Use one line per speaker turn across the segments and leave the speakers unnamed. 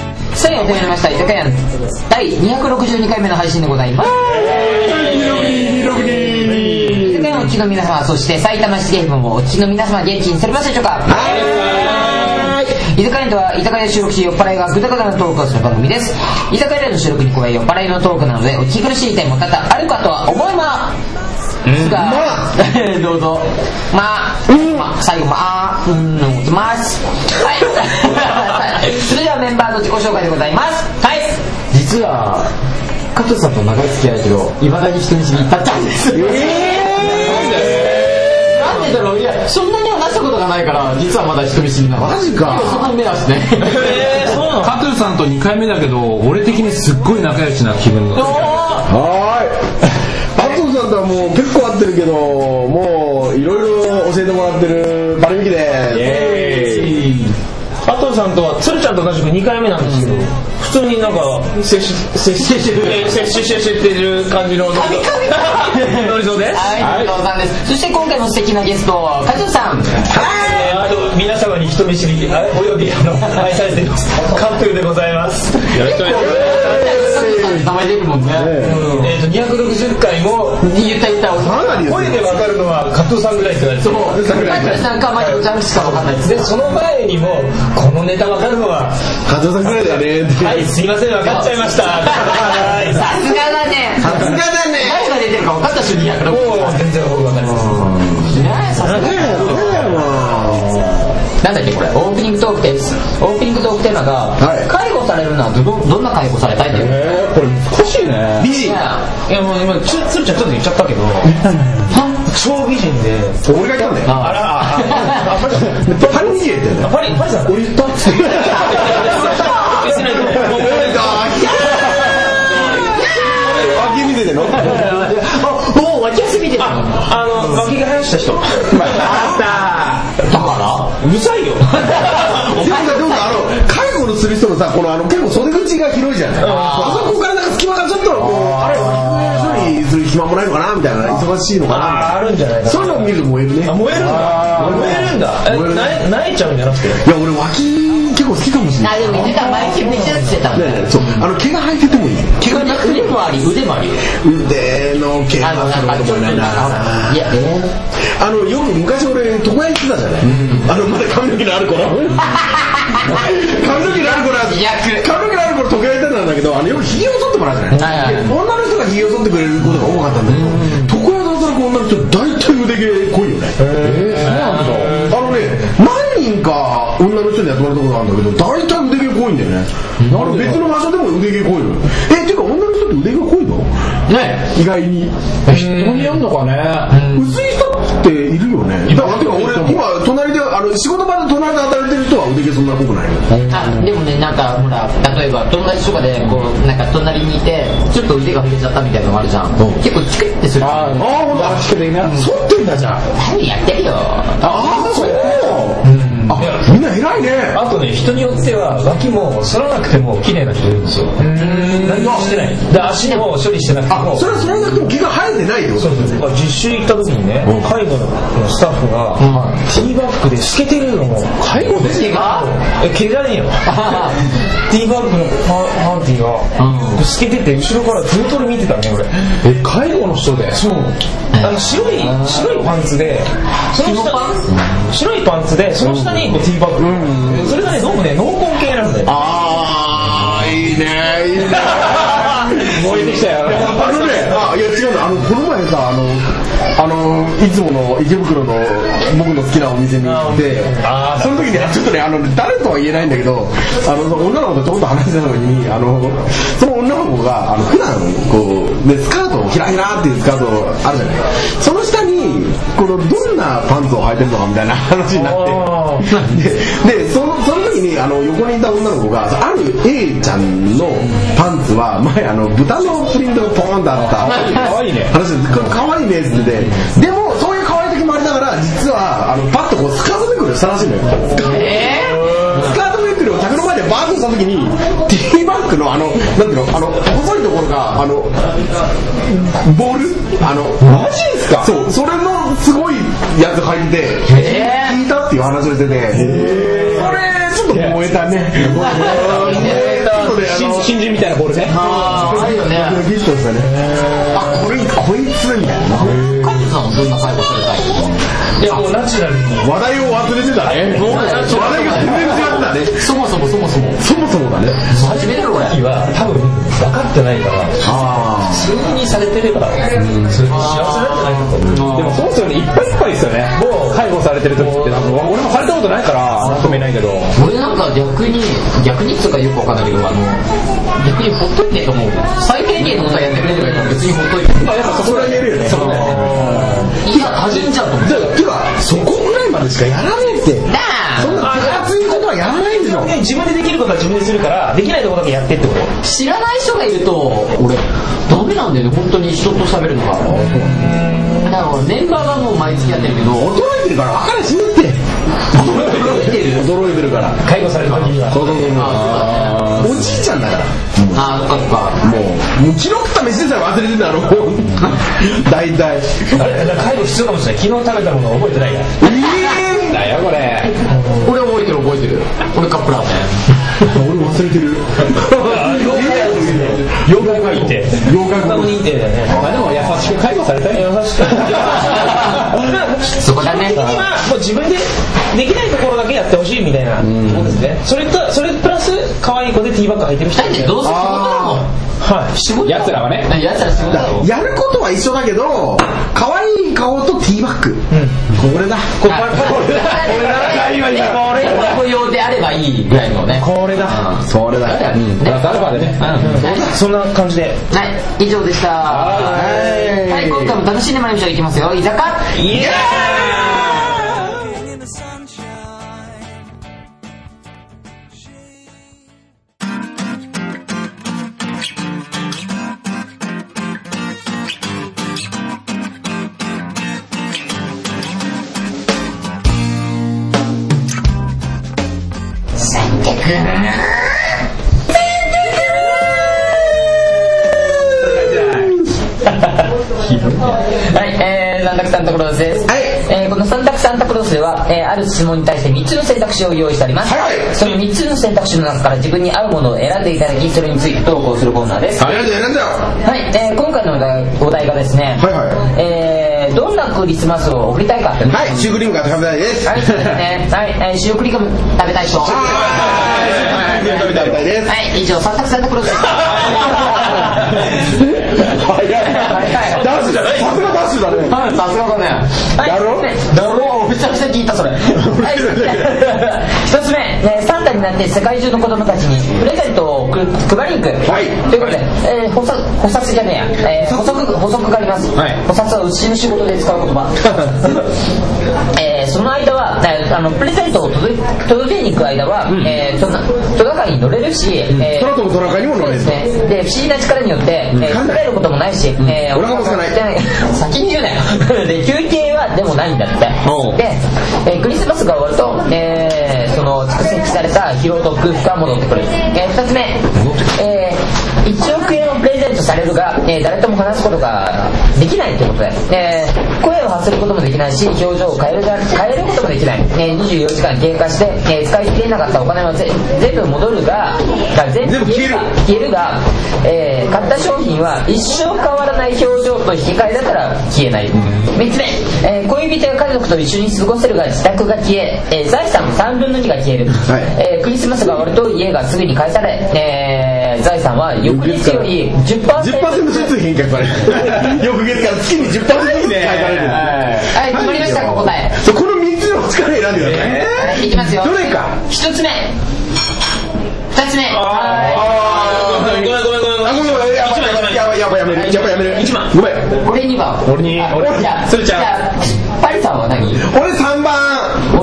始まりました居酒屋の第262回目の配信でございます居酒屋のお聞きの皆様そして埼玉市警部もお聞きの皆様現地にされましたでしょうか居酒屋では居酒屋で収録し酔っ払いがぐだぐだなトークをする番組です居酒屋での収録に加え酔っ払いのトークなのでお聞き苦しい点も多々あるかとは思いますが、 どうぞまあ、まあ、最後まあうんのきますはい それではメンバーの自己紹介でございますはい
実は加藤さんと長い付き合いだけどいまだに人見知りだったんですええなんでだろういやそんなに話したことがないから実はまだ人見知りなのマジかそこに目はしてえそうな
カトゥーさんと2回目だけど俺的にすっごい仲良しな気分が
はーい。安藤さんとはもう結構会ってるけど、もういろいろ教えてもらってるバルミキで
加藤さんとは鶴ちゃんと同じく2回目なんですけど、普通になんか接種接種してる感じのノリゾで
はい、伊藤さんです。そして今回の素敵なゲスト、加藤さん。
えーあと皆様に人見知りあおよびあの愛されていますカトゥーでございます
よろしくお願いし
名前出るもんね
えっと260回も
言った言った
す。かなりです
声
ね。
でわかるのは加藤さんぐらいって言われて
そう
加藤さんか、まあ、ちゃんしかわかんないです。
でその前にもこのネタわかるのは
加藤さんぐらいだよねって。
はいすいませんわかっちゃいましたはい
さすがだね。さすがだね。誰が出てるか分かった瞬間やから。
もう全然僕わかります
なんだっけこれオープニングトークテーマオープニングトークテーマが、
はい
介護されるのはどどどんな介護されたいんだよ
えこれ難しいね
美人。
いやもう今つ鶴ちゃんちょっと言っちゃったけど超美人で
俺が言ったんだよ。
あらあパリ
パルミキで言ったよね。
パリパリさん
俺言ったっ つって。
別にもう
俺だ。脇見てての
もう脇汗見てる
あの脇毛生やした人うるさいよ
でもさ、でもさ、あの、介護のする人のさ、この、あの、結構袖口が広いじゃない。あそこからなんか隙間がちょっと、こう、あれ、処理する暇もないのかなみたいな、忙しいのかなみたい
あるんじゃない
な。そういうのを見ると燃えるね。いや、
燃えるんだ燃えるんだえ
燃える
泣い泣いちゃうんじゃなくて
俺、脇結構好きかもしれな
あ
い。
でも言ってた毎週めちゃくちゃた
ねえねえそう、あの、毛が生えててもいい。
毛がなく腕もあり腕もあり
腕の毛
あの
は
な
そ
ん
れ
か
ほ
ち
ど
ょっと
燃えない
なんかい
な。
やえ
あの、よく昔俺、床屋行ってたじゃない。あの、まだ髪の毛のある頃。髪の毛のある頃は
最悪
髪の毛のある頃時計やってたんだけどあのよくひげを剃ってもらうじゃない
はいはい
で女の人がひげを剃ってくれることが多かったんだけど床屋で働く女の人大体腕毛濃いよねえそうなんだあのね何人か女の人にやってもらったことあるんだけど大体腕毛濃いんだよねあの別の場所でも腕毛濃いのよえっていうか女の人って腕毛濃いの
ね
意外に
人によんのかね
薄い人っているよねだからてか俺今隣であの仕事場で隣で働いてる人は腕毛そんな濃くないの
あでもねなんかほら例えば友達とかでこうなんか隣にいてちょっと腕が触れちゃったみたいなのがあるじゃん
うん
結構チクってする
ああ
あ
ほんとあ
あ近くでいいな
剃ってんだじゃん
何やってるよ
ああそうあみんな偉いね
あとね人によっては脇も剃らなくても綺麗な人いるんですよ何もしてないで足も処理してなくて
あ
も
それはそれだけも毛が生えてないよ
そうそうそう実習行った時にね介護のスタッフがティーバッグで透けてるのも介護で
毛が
え毛じゃねえよティーバッグのパパンティーが透けてて後ろからずっと俺見てたね俺
え介護の人で
そうあの白い白いパンツでその下白いパンツでその下にこうティーバッグそれがねどうもね濃紺系なんだよ
ああいいねい いね
燃えてきた よ
あのねあいや違うのあのこの前さあのあのいつもの池袋の僕の好きなお店に行って
あー
その時にあちょっとねあの誰とは言えないんだけどあのその女の子とちょっと話してた時にあのその女の子があの普段こうでスカートをひらひらっていうスカートあるじゃないその下にこのどんなパンツを履いてるのかみたいな話になって
あ
ででそのその時にあの横にいた女の子がある A ちゃんのパンツは前あの豚のプリントがポーンとあった
可愛いね
話ですこれ可愛いねって言っててでもそういう可愛い時もありながら実はあのパッとこうスカートめくりをしたらしいのよ
えー
スカートめくりを客の前でバーッとした時にティーバッグのあのなんていうのあの細いところがあのボールあのマジですかそうそれのすごいやつ入って
えー
聞いたっていう話をしててそれちょっと燃えたね燃え
た
そうねあの
新新人みたいなボールね
あーあるよね
ドキドキしてましたねあこれこいつみたいな
カットさんはどんな最後されたい
いやもうナチュラルに
話題を忘れてたね
うだね
話題が全然違ったね
そもそもそもそも
そもそもがね
初めての俺
時は多分分かってないから
あ
普通にされてればそれに幸せなんじゃないかとでもそうですよねいっぱいいっぱいですよね介護されてる時ってなんか俺もされたことないからなんとも言えないけど
俺なんか逆に逆にっつうかよくわかんないけどあの逆にほっといてと思う最低限のことはやってくれればいいから別にほっといて
まあやっぱそこは言えるよねそこだよね
いや他人じゃんと思っ
あ
て
てかそこぐらいまでしかやらねえってそんな熱いことはやらないんでしょ
自分でできることは自分でするからできないところだけやってってこと
知らない人がいると俺ダメなんだよね本当に人と喋るのがだからメンバーがもう毎月やってるけど
驚いてるから分かる死ぬって
驚いてる
驚いてるから
介護された時には
そうそうそうそうおじいちゃんだから
あーそっかそっか
もうもう昨日食った飯でさえ忘れてたろ大体
あれ介護必要かもしれない昨日食べたもの覚えてないからだよこれ
俺覚えてる覚えてる俺カップラーメ
俺忘れてる
妖怪がいて
妖怪がいて
いてだよねまあでも優しく介護されたい優しく
ンそこだね
もう自分でできないところだけやってほしいみたいなことですねそれとそれプラス可愛い子でティーバッグ履いてる人
だってどうせ仕事だもん
はい
仕事
奴らはね
やつら仕事だもん
やることは一緒だけど可愛い顔とティーバッグ、これだ
これだ
俺の雇用であればいいぐらいのね
これだ
それだ
だよね
プラスアルファでね。
そんな感じで
はい、以上でした。
い
はい、今回も楽しんでまいりましょう。いきますよ。居酒屋。
イエーイ
Hang in the sunshine.
はい、えー、三択サンタクロースです。はい。えー、この三択サンタクロースでは、えー、ある質問に対して3つの選択肢を用意してあります。はい。その3つの選択肢の中から自分に合うものを選んでいただき、それについて投稿するコーナーです。は
やるんだよやるんだよ
い、えー、今回のお題お題がですね、。
はいはい
えー、どんなクリスマスを送りたいかってはい。
はいシュークリームが食べたいです
はい、そうですね。はい、えー、塩クリーム食べたい人。
はい食べたいです
はい、以上、三択サンタクロースでした。
早いダッシュじゃないさすがダッシュだね
はいさすが
だ
だね
ろ
だろめちゃくちゃ聞いたそれ
はい、一つ目、ね、サンタになって世界中の子供たちにプレゼントを送る配りに行く、
はい
ということで、えー、補足補足じゃねえや、えー、補足補足があります、
はい
補足はうちの仕事で使う言葉えーその間は、えーあのプレゼントを届い届けに行く間は、えートナトナカイに乗れるし、えー
空飛ぶ空かにも乗れる
ですねで不思議な力によって、えー、
かん
疲
ない
れることもないし、えー
お腹も空かない
先に言うなよ で休憩はでもないんだって
おう
で、えークリスマスが終わると、えーその蓄積された疲労と空腹が戻ってくる、え2つ目、えー1億円をプレゼントされるが、えー誰とも話すことができないということで、えー声を発することもできないし表情を変えるだ変えることもできない、えー24時間経過して、えー使い切れなかったお金はぜ全部戻るがが全
全部消える
消えるが、えー買った商品は一生変わらない表情と引き換えだから消えない、3つ目、えー恋人や家族と一緒に過ごせるが自宅が消ええー財産の3分の2が消える、
はい
えークリスマスが終わると家がすぐに返され、えー財産は翌日より
10%
10%
ずつ返却される 翌月から月に10%ずつ返される
はい決まりました答え
そうこの3つの力選んでください
いきますよ
どれか
1つ目2つ目
あごめん
ごめんごめんごめんごめん
ごめんやばいやばいやばいやめるやばいやめる
番
ごめん
俺2番
俺に俺
じゃあ
鶴ちゃん
じゃあパリさんは何
俺3番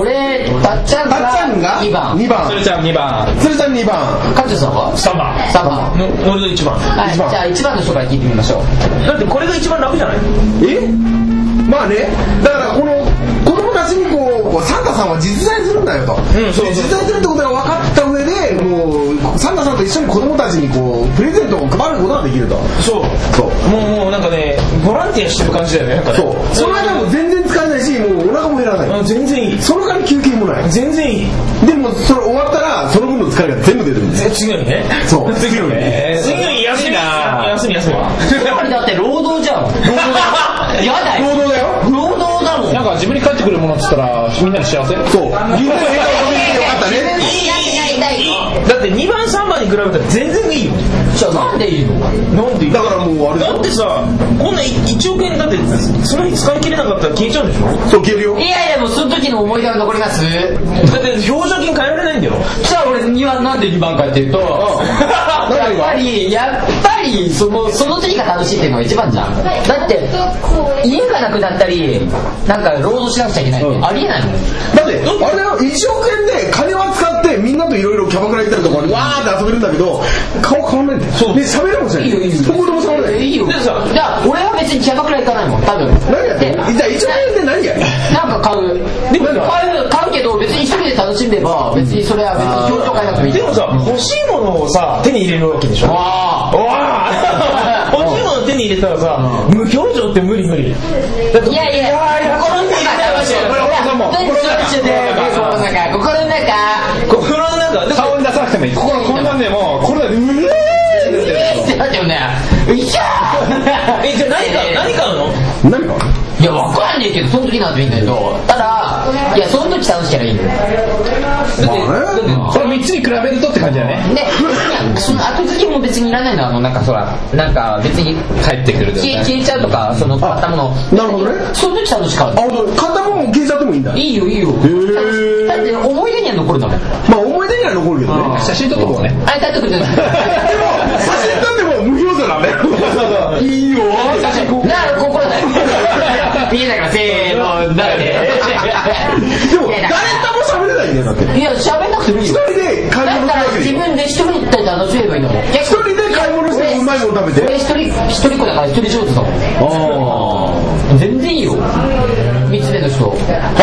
俺たっちゃんが
たっちゃんが
2番
2番
鶴ちゃん2番
つるちゃん2番
館長さんは
3番
3番
の俺の1番
はい、
一
じ
番
ゃあ一番の人から聞いてみましょう
だってこれが一番楽じゃない
えまあねだからこの子供たちにこうこうサンタさんは実在するんだよと、
んそうそう
で実在するってことが分かった上でもうサンタさんと一緒に子供たちにこうプレゼントを配ることができると
そう
そう
もうもうなんかねボランティアしてる感じだよねなんかね
そうその間も全然使えないないしもうお腹も減らない、
あ全然いい
その代わり休憩もない
全然いい
でもそれ終わったらその分の疲れが全部出てるんですよ
え 次の日ね
そう
次の日ね
次の日休みな
休み休み
あれだって労働じゃん。やだよ。
労働だよ
労働だもん。
なんか自分に返ってくるものっつったらみんなに幸せ
そう牛丼平和を食べてよかったね
だって2番3番に比べたら全然いいよ
じゃあなんでいいの
なんでいい
だからもうあれだ
だ
よ
ってさこんな1億円だってその日使い切れなかったら消えちゃうんでしょ
そう消えるよ
いやいや、もうその時の思い出は残ります。
だって表情筋変えられないんだよ
じゃあ俺2番なんで2番かっていうと、やっぱり、やっぱり、その、その時が楽しいっていうのが一番じゃん。だって、家がなくなったり、なんか労働しなくちゃいけないって、ありえないもん。
だってあれだよ1億円で金は使ってみんなといろいろキャバクラ行ったりとかわーって遊べるんだけど顔変わんないんだよで喋れもしない
いよいいよ
一言も喋れない
いいよ。
でさ
いや、俺は別にキャバクラ行かないもん、多分。
何やってんの
で
じゃあ1億円で何やる
なんか買う。でも買う、買うけど、別に一人で楽しんでば、別にそれは別に表情変えなくてもいい。
でもさ欲しいものをさ手に入れるわけでしょ
あ
おわあ 欲しいものを手に入れたらさ無表情って無理無理だって
いやいや、心の中、心の中、
心の中でも
顔に出さなくてもいい。こここんなんでもう、これだけ、うえ
ってなっちゃうね。いや
えじゃあ何買う何買うの
何か
いや、わかんねえけど、その時なんていいんだけど、ただ、いや、その時楽しきゃいいんだよ。
まあね
ーこの3つに比べるとって感じだね。
で、その後付けも別にいらないのは、あの、なんかそら、なんか別に
帰ってくるで
消え消えちゃうとか、その買ったもの、
なるほどね
その時楽しかっ
あ本当片方も消えちゃってもいいんだ
た。いいよ、いいよ。
ー
だって思い出には残るんだもん。
まあ思い出には残るけどね
写真撮っとこうね。
あれ、だってことじゃない。
でも写真撮っても無表情だねいいよ 写真こ
なる心だよ。見えないから、せーの、なるで。
でも誰とも喋れないんだよだって
いや、喋んなくてもいい
一
よ。
人で買い
だ
物
か
する
ら
わけで
自
しょ
分で一人で行ったら楽しめばいいのもん。
一人で買い物してうまいもの食べて
俺一人、一人っ子だから一人上手だもん。
あ
全然いいよ。三つ目の人。
あ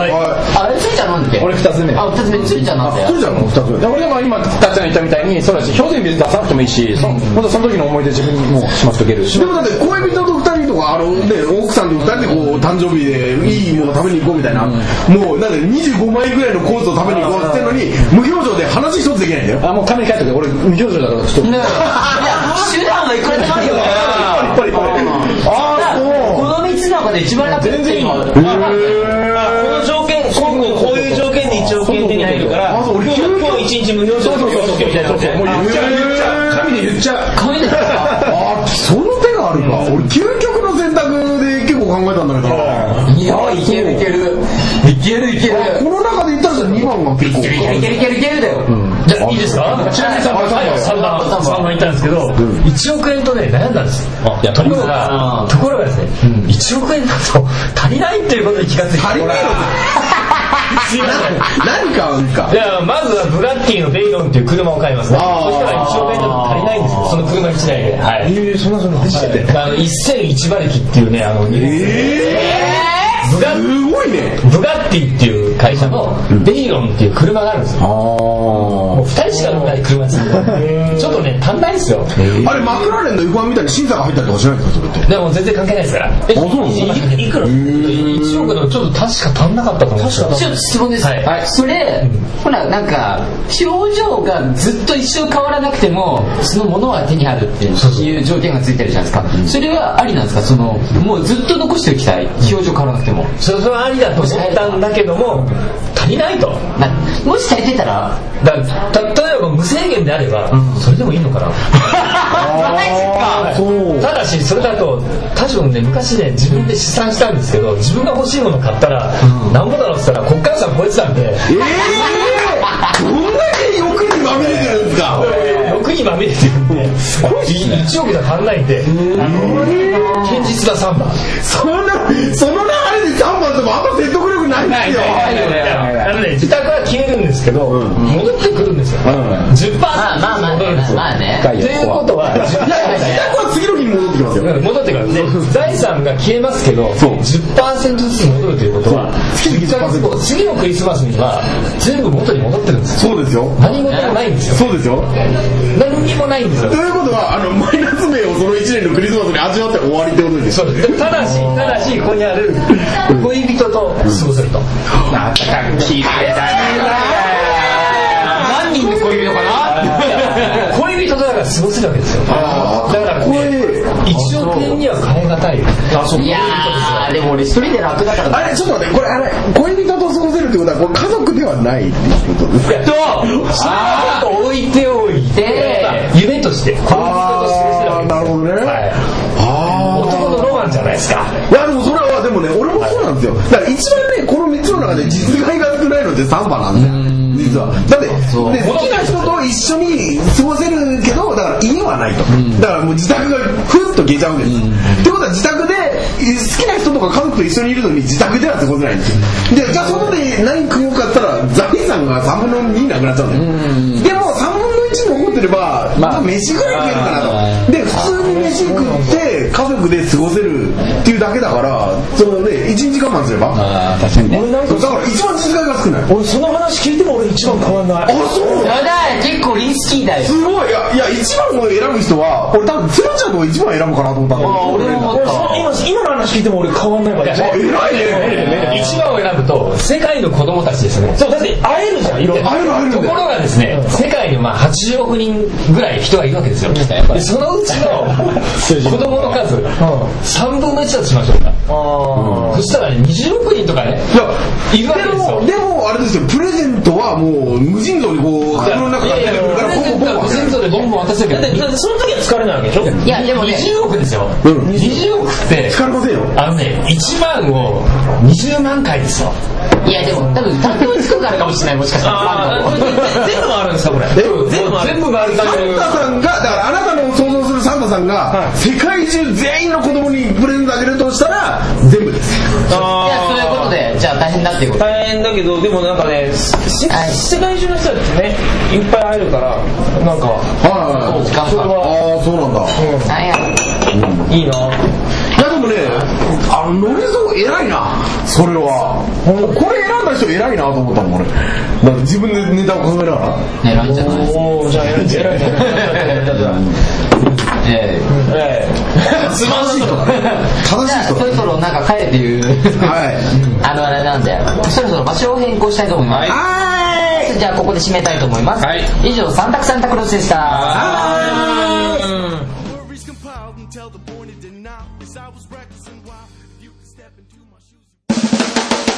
はいはい
あれ、つーちゃんなんて
俺2つ目。
あ、二つ目、つーちゃんなんて
あそうじゃんもう二つ
で俺でも今、たっちゃんが言ったみたいに、そうだし、表情に出さなくてもいいし、そほんとその時の思い出自分にもうしまっとけるし
で。もだって恋人と二人とかあの、ね、奥さんと二人でこう誕生日でいいもの食べに行こうみたいな、もうなんか25枚ぐらいのコースを食べに行こうって言ってんのに無表情で話一つできないんだよ
あ、もうカメラ帰ってくれ。俺、無表情だから、ちょっと。
ねえいや手段はいくらでもあるよね。
やっぱりこれ
だからこの三つの中で一番楽全然いいよ。
この条件今後こういう条件で1億円手に入るから
あそう
今
俺
日今日一日無表情で過ごそうみたいな
もう言っちゃう、言っちゃう。神で言っちゃう。
髪の毛が
あその手があるか、俺究極の選択で結構考えたんだけど、
いや、いけるいける。いけるいける。
この中で言ったらじゃあ2番が結構
いや、いけるいけるいけるだよ。
じゃあいいですかちなみに3番3番3番行ったんですけど、1億円とね悩んだんですよところがところがですね、1億円だと足りないっていうことに気がついて
足りないのか
すいません
何かあるんか
じゃあまずはブラッキーのベイロンっていう車を買いますねそしたら1億円だと足りないんですよその車1台ではい
えー、そんなそんな
はいあの1001馬力っていうねあの日本ブラッ
すごいね
ブガッティっていう会社のベイロンっていう車があるんですよもう2人しか乗らない車ですちょっとね足んないんですよ
あれマクラーレンの F1 みたいに審査が入ったりとかしないんですかそれって
でも全然関係ないですから
えいいくら
1億でもちょっと確か足んなかったと思うんですよ
ちょっと質問です。
はい
はいそれ、ほら、なんか、表情がずっと一生変わらなくても、そのものは手に入るっていう条件がついてるじゃないですか。それはありなんですかその、もうずっと残しておきたい。表情変わらなくても。
それはありだと思ったんだけども足りないと
なもし足りてたら、
だからた例えば無制限であれば、それでもいいのかなただしそれだと多分ね昔ね自分で試算したんですけど自分が欲しいもの買ったら、なんぼだろうって言ったら国家予算超えてたんで
ええー、どんだけ欲にまみれてるんですか
欲にまみれてるんで1億じゃ足んないんであの堅実な3番
そのなその流れで3番でもあんま説得力ないんですよ
あのね自宅は消えるんですけど、戻ってくるんですよ、10%
まあまあまあ
戻るんですよ、
まあね。
ということは10%
いや自宅は次の日に戻ってきますよ
戻ってくるんで財産が消えますけど10%ずつ戻るということは
月々10%
こう次のクリスマスには全部元に戻ってるんですよ
そうですよ
何事もないんですよ
そうですよ
何ににもないんですよ
ということは、あの、マイナス名をその1年のクリスマスに味わって終わりってことですよ。
ただしただしここにある恋人と過ごせると
何人の恋人かな
恋人とだから過ごせるわけですよだからね1億円には変えがたい
いやーでも俺一人で楽だから
あれ、ちょっと待って、これ、あれ、恋人と過ごせるってことは、これ家族ではないっていうことですか
とそれはちょっと置いておいて夢として恋人と過ごせるわ
あ
けで
ーなるほどね。
すよ
あー
男のロマンじゃないですか
いやでもそれはでもね俺もそうなんですよだから一番ねこの3つの中で実害が少ないのって3番なんですよ実はだって、ね、好きな人と一緒に過ごせるけどだから家はないと、だからもう自宅がふっと消えちゃうんです、ってことは自宅でえ好きな人とか家族と一緒にいるのに自宅では過ごせないんですよでじゃあ外で何食おうかって言ったら財産が3分の2なくなっちゃうんだよ、でも3分の1残ってれば、まあ、飯ぐらい食えるかなとで普通に飯食って家族で過ごせるっていうだけだからそのね1時間慢すれば
あー確かにね
俺なん
そうだ
か
から一番実害が少ない
俺その話聞いても俺一番変わんない
あそう
やだ結構リスキーだよ
すごいいやいや一番を選ぶ人は俺多分鶴ちゃんの一番選ぶかなと思ったんだけど
俺も思
俺
った
その今今の話聞いても俺変わんないから
あ偉いね
一番を選ぶと世界の子供たちですね
そうだって会えるじゃんいろんな
あるある
ところがですね、世界にまあ80億人ぐらい人がいるわけですよ。でそのうちの 子供の数、3分の1だとしましょうか。そしたらね、20億人とかね、いるわけですよ。
でもあれですよプレゼントはもう無尽蔵にこう袋の中から出てくるから
プレゼントは個人でボンボン渡せるけど、
だってその時は疲れないわけでしょ
いやでもね
20億ですよ。
うん
20億って、
疲れませんよ
あのね、1万を20万回ですよ。
いやでも多分多分つくからかもしれないもしかしたら
あー全部あるんですかこれ全部ある
全部がある
サンタさんがだからあなたの想像するサンタさんが、世界中全員の子供にプレゼントあげるとしたら全部で
い
す
やそういうことでじゃあ大変だっていうこと
大変だけどでもなんかねせ世界中の人たちねいっぱい会えるからなんか
はい
時間かかる
ああそうなんだ、い
大変
いいな
やでもねあのノリゾー偉いなそれはこれ選んだ人偉いなと思ったもん俺だから自分でネタを考えながら
ねラインじゃない
おおじゃあやるじゃん
ええ
え
素晴らしい人だね正
じ
し
ゃ
い
あ
人
そろそろなんか帰れっていう
はい
あのあれなんでそろそろ場所を変更したいと思いますはいじゃあここで締めたいと思います、
はい
以上三択サンタクロースでした
Worries compiled until the born it did not. As I was reckless and wild, if you could step into my shoes.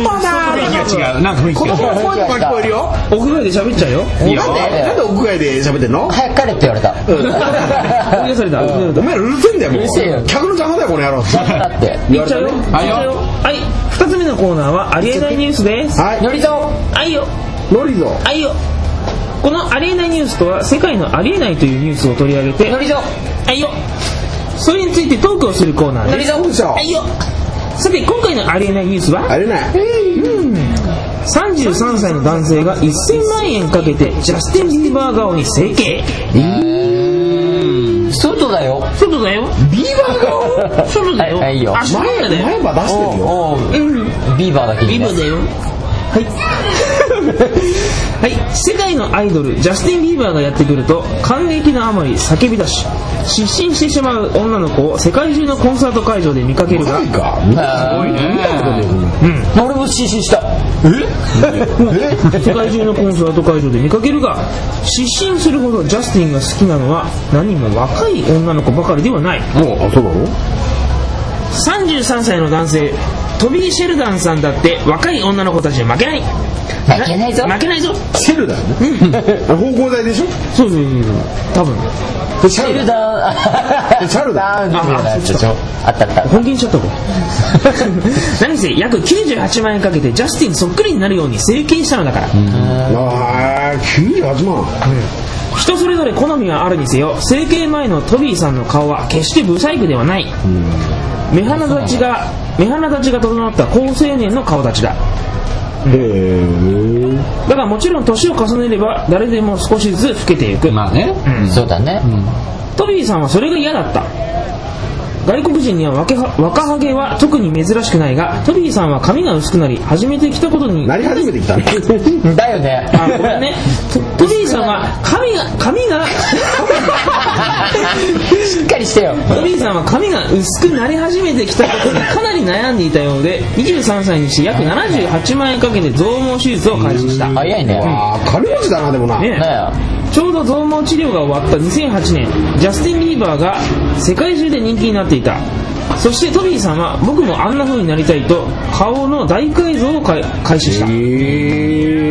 子供の声とか聞こえるよ
え屋外で喋っちゃうよ
なんでなんで屋外で喋ってんの
早く帰れって言われた
追い出された
お前らうるせえんだよもう
せえよ
客の邪魔だよこの野郎
だって
行っちゃうよはい二つ目のコーナーはありえないニュースです
はい
ノリゾ
はいよ
ノリゾー
はいよこのありえないニュースとは世界のありえないというニュースを取り上げて
ノリゾ
はいよそれについてトークをするコーナー
ノ
で
リ
す
ゾ
そうでしょ
はいよさて今回のありえないニュースは
あれない
33歳の男性が1000万円かけてジャスティン・ビーバー顔に整形
外だよ
外だよ
ビーバー顔
外だよ
はいはいよ
足の裏だ
前
よ
歯出してるよ
おう
うん
ビーバーだけ
ビ
にね
ーバーだよ はいはい世界のアイドルジャスティン・ビーバーがやってくると感激のあまり叫び出し失神してしまう女の子を世界中のコンサート会場で見かけるが
ないか見たことない見たことない
俺も失神した
世界中のコンサート会場で見かけるが失神するほどジャスティンが好きなのは何も若い女の子ばかりではない
もうあそうなの
33歳の男性トビー・シェルダンさんだって若い女の子たちに負けない
負けないぞ
負けないぞ
シェルだよね方向剤でしょ
そうそうそうそう多分
シ
シェルダー
シャルダ
ダーあったあった
本気にしちゃ ったこれ何せ約98万円かけてジャスティンそっくりになるように整形したのだから
ああ98万
人それぞれ好みはあるにせよ整形前のトビーさんの顔は決してブサイクではない目鼻立ちが目鼻立ちが整った高青年の顔立ちだだからもちろん年を重ねれば誰でも少しずつ老けていく、
まあね。
そうだね。
トビーさんはそれが嫌だった外国人には若は若ハゲは特に珍しくないがトビーさんは髪が薄くなり始めてきたことに
なり始めてきたね。
だよね。
あごめんねトトビーさんは髪が髪 が
しっかりしてよ。
トビーさんは髪が薄くなり始めてきたことにかなり悩んでいたようで23歳にして約78万円かけて増毛手術を開始した
早いね。
ああ、金持ちだな、でもな。
ね
だよ。
ちょうど増毛治療が終わった2008年ジャスティン・ビーバーが世界中で人気になっていたそしてトビーさんは僕もあんな風になりたいと顔の大改造を開開始した、え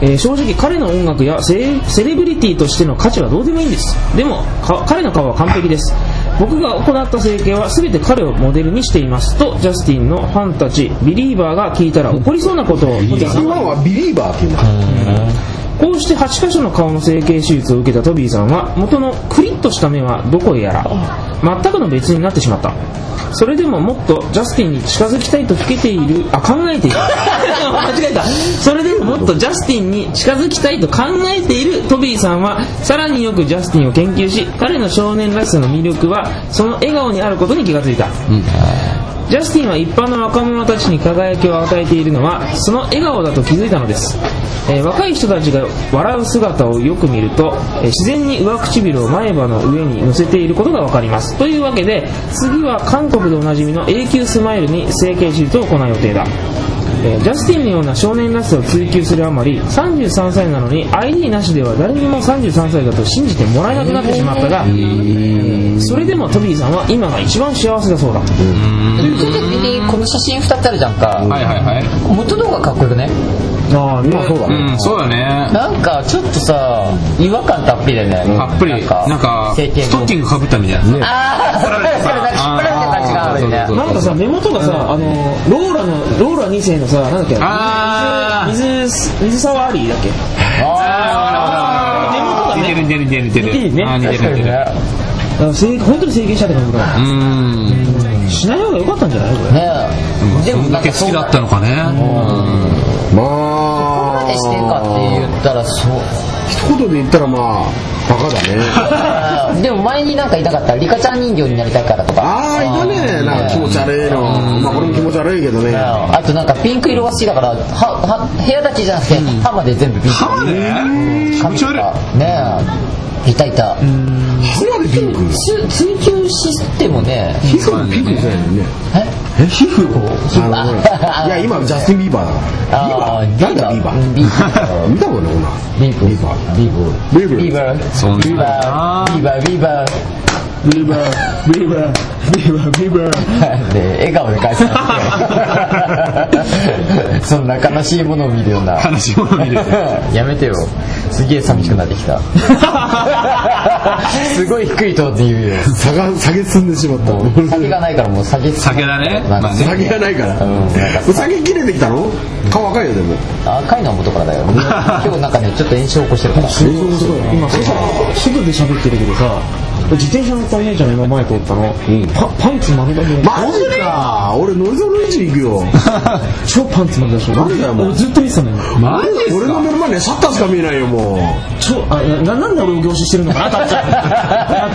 ー正直彼の音楽やセレセレブリティとしての価値はどうでもいいんですでもか彼の顔は完璧です僕が行った整形は全て彼をモデルにしていますとジャスティンのファンたちビリーバーが聞いたら怒りそうなことを
今はビリーバーっていうんだ。
こうして8箇所の顔の整形手術を受けたトビーさんは元のクリッとした目はどこへやら全くの別になってしまったそれでももっとジャスティンに近づきたいと老けているあ考えている 間違えたそれでももっとジャスティンに近づきたいと考えているトビーさんはさらによくジャスティンを研究し彼の少年らしさの魅力はその笑顔にあることに気がついた、ジャスティンは一般の若者たちに輝きを与えているのはその笑顔だと気づいたのです、えー若い人たちが笑う姿をよく見ると、えー自然に上唇を前歯の上に乗せていることが分かりますというわけで次は韓国でおなじみの永久スマイルに整形手術を行う予定だえージャスティンのような少年らしさを追求するあまり33歳なのに ID なしでは誰にも33歳だと信じてもらえなくなってしまったが、えーそれでもトビーさんは今が一番幸せだそうだ、
それで、この写真2つあるじゃんか。
はいはいはい。
元の方がかっこよくね。
ああ、まあそうだ
うん、そうだね。
なんか、ちょっとさ、違和感たっぷりだよね。
たっぷり、なんか、
整形後
ストッキングかぶったみたいな。
ああ、それ、それ、なんか引っ張られてる感じがあるね。
なんかさ、目元がさ、あの、ローラの、ローラ2世のさ、なんだっけ、
あー
水、水水沢アリーだっけ
あー、似てる似てる似てる似てる。
いいね
あー似てる似てる。
あの整本当に整形したって感じだ
うーん。
しない方が良かったんじゃないこれ。
ねえ。
どんだけ好きだったのかね。うん
ま
ここま
あ、
でしてんかって言ったら、そう。
一言で言ったらまあ、バカ だね。
あーでも前になんかいたかった、リカちゃん人形になりたいからとか。
ああ、いたね。なんか気持ち悪いの。まあ、これも気持ち悪いけどね。
あとなんかピンク色が好きだからはは部屋だけじゃなくて歯まで全部ピンク
歯まで気持ち悪い。
いねえいたいた
歯までピンク
つ追求してもね
皮膚はピンクじゃないよね。
え
え皮膚こう。 あの
あ
いや、今、ジャスティン・ビーバーだから。
あー
なんだビーバー
ビーバー
見たことないもんな。
ビーバー
ビーバ
ビ
ー。
ーバ
ビーバ
ービーバ
ー
ー
そんな
ビーバービーバービーバー
ビーバー、ビーバー、ビーバー、ビーバー。
で笑顔で返すそんな悲しいものを見るような
悲しいもの見る。
やめてよすげえ寂しくなってきたすごい低いトーンで言うよ
下が、下げ進んでしまった。
酒がないからもう酒つ
酒だね。
なんか
まあ
す
ね。
下げがないから。
うんなんか
お酒切れてきたの顔赤いよ、でも。
赤いのは元からだよ今日なんかねちょっと炎症起こしてるから
そうそうそう今さ外で喋ってるけどさ自転車乗ったお姉ちゃんが今前通ったの、パパンツ丸出しで
マジか俺、ノリゾの位置に行くよ。
超パンツ丸出し
なんだよもう
俺ずっと見てたのよ
マジっ
俺
す
の
か
目の前にはシャッターしか見えないよ、もう。
超あなななんで俺を凝視してるのか なたっちゃんたっ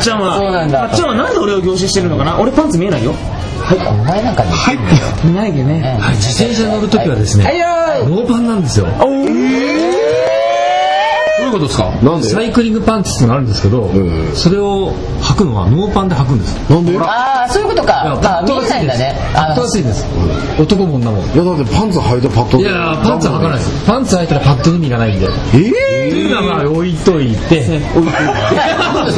ちゃんは
そうなんだ
たっちゃんはなんで俺を凝視してるのかな俺パンツ見えないよ
お前なんかね
はい。
ないでね
自転車乗る
その時はですね、
よ
ノーパンなんですよ。
どういうことですか
なんで
サイクリングパンツってのあるんですけど、
うん
それを履くのはノーパンで履くんです。
なんでい
ああそういうことかまあ見えないんだねあ
正しいんです。男も女も。
や、だってパンツ履いてパッと。
いやーパンツは履かないです。パンツ履いたらパッと意味がないんで。
え
っていうのはまあ置いといて、
の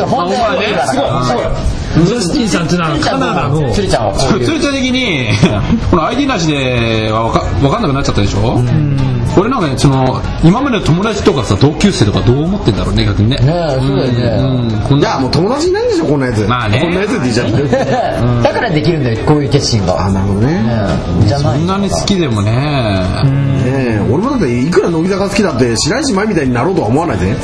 本当はね
ジャスティンさんっていうのはカナダの、
つるちゃんはこういう
鶴ちゃん的に、この ID なしではわかわかんなくなっちゃったでしょ俺なんかねその、今までの友達とかさ、同級生とかどう思ってんだろうね、逆にね。
ねえそうだよね
うんうんこん
い
な
や、もう友達いないんでしょ、こんなやつ。
まあね
こんなやつって言っちゃって。
だからできるんだよこういう決心が
あ、なるほどね。ね
うんじゃな
そ
い
んなに好きでもね、
え、俺もだって、いくら乃木坂好きだって、白石麻衣みたいになろうとは思わないぜ。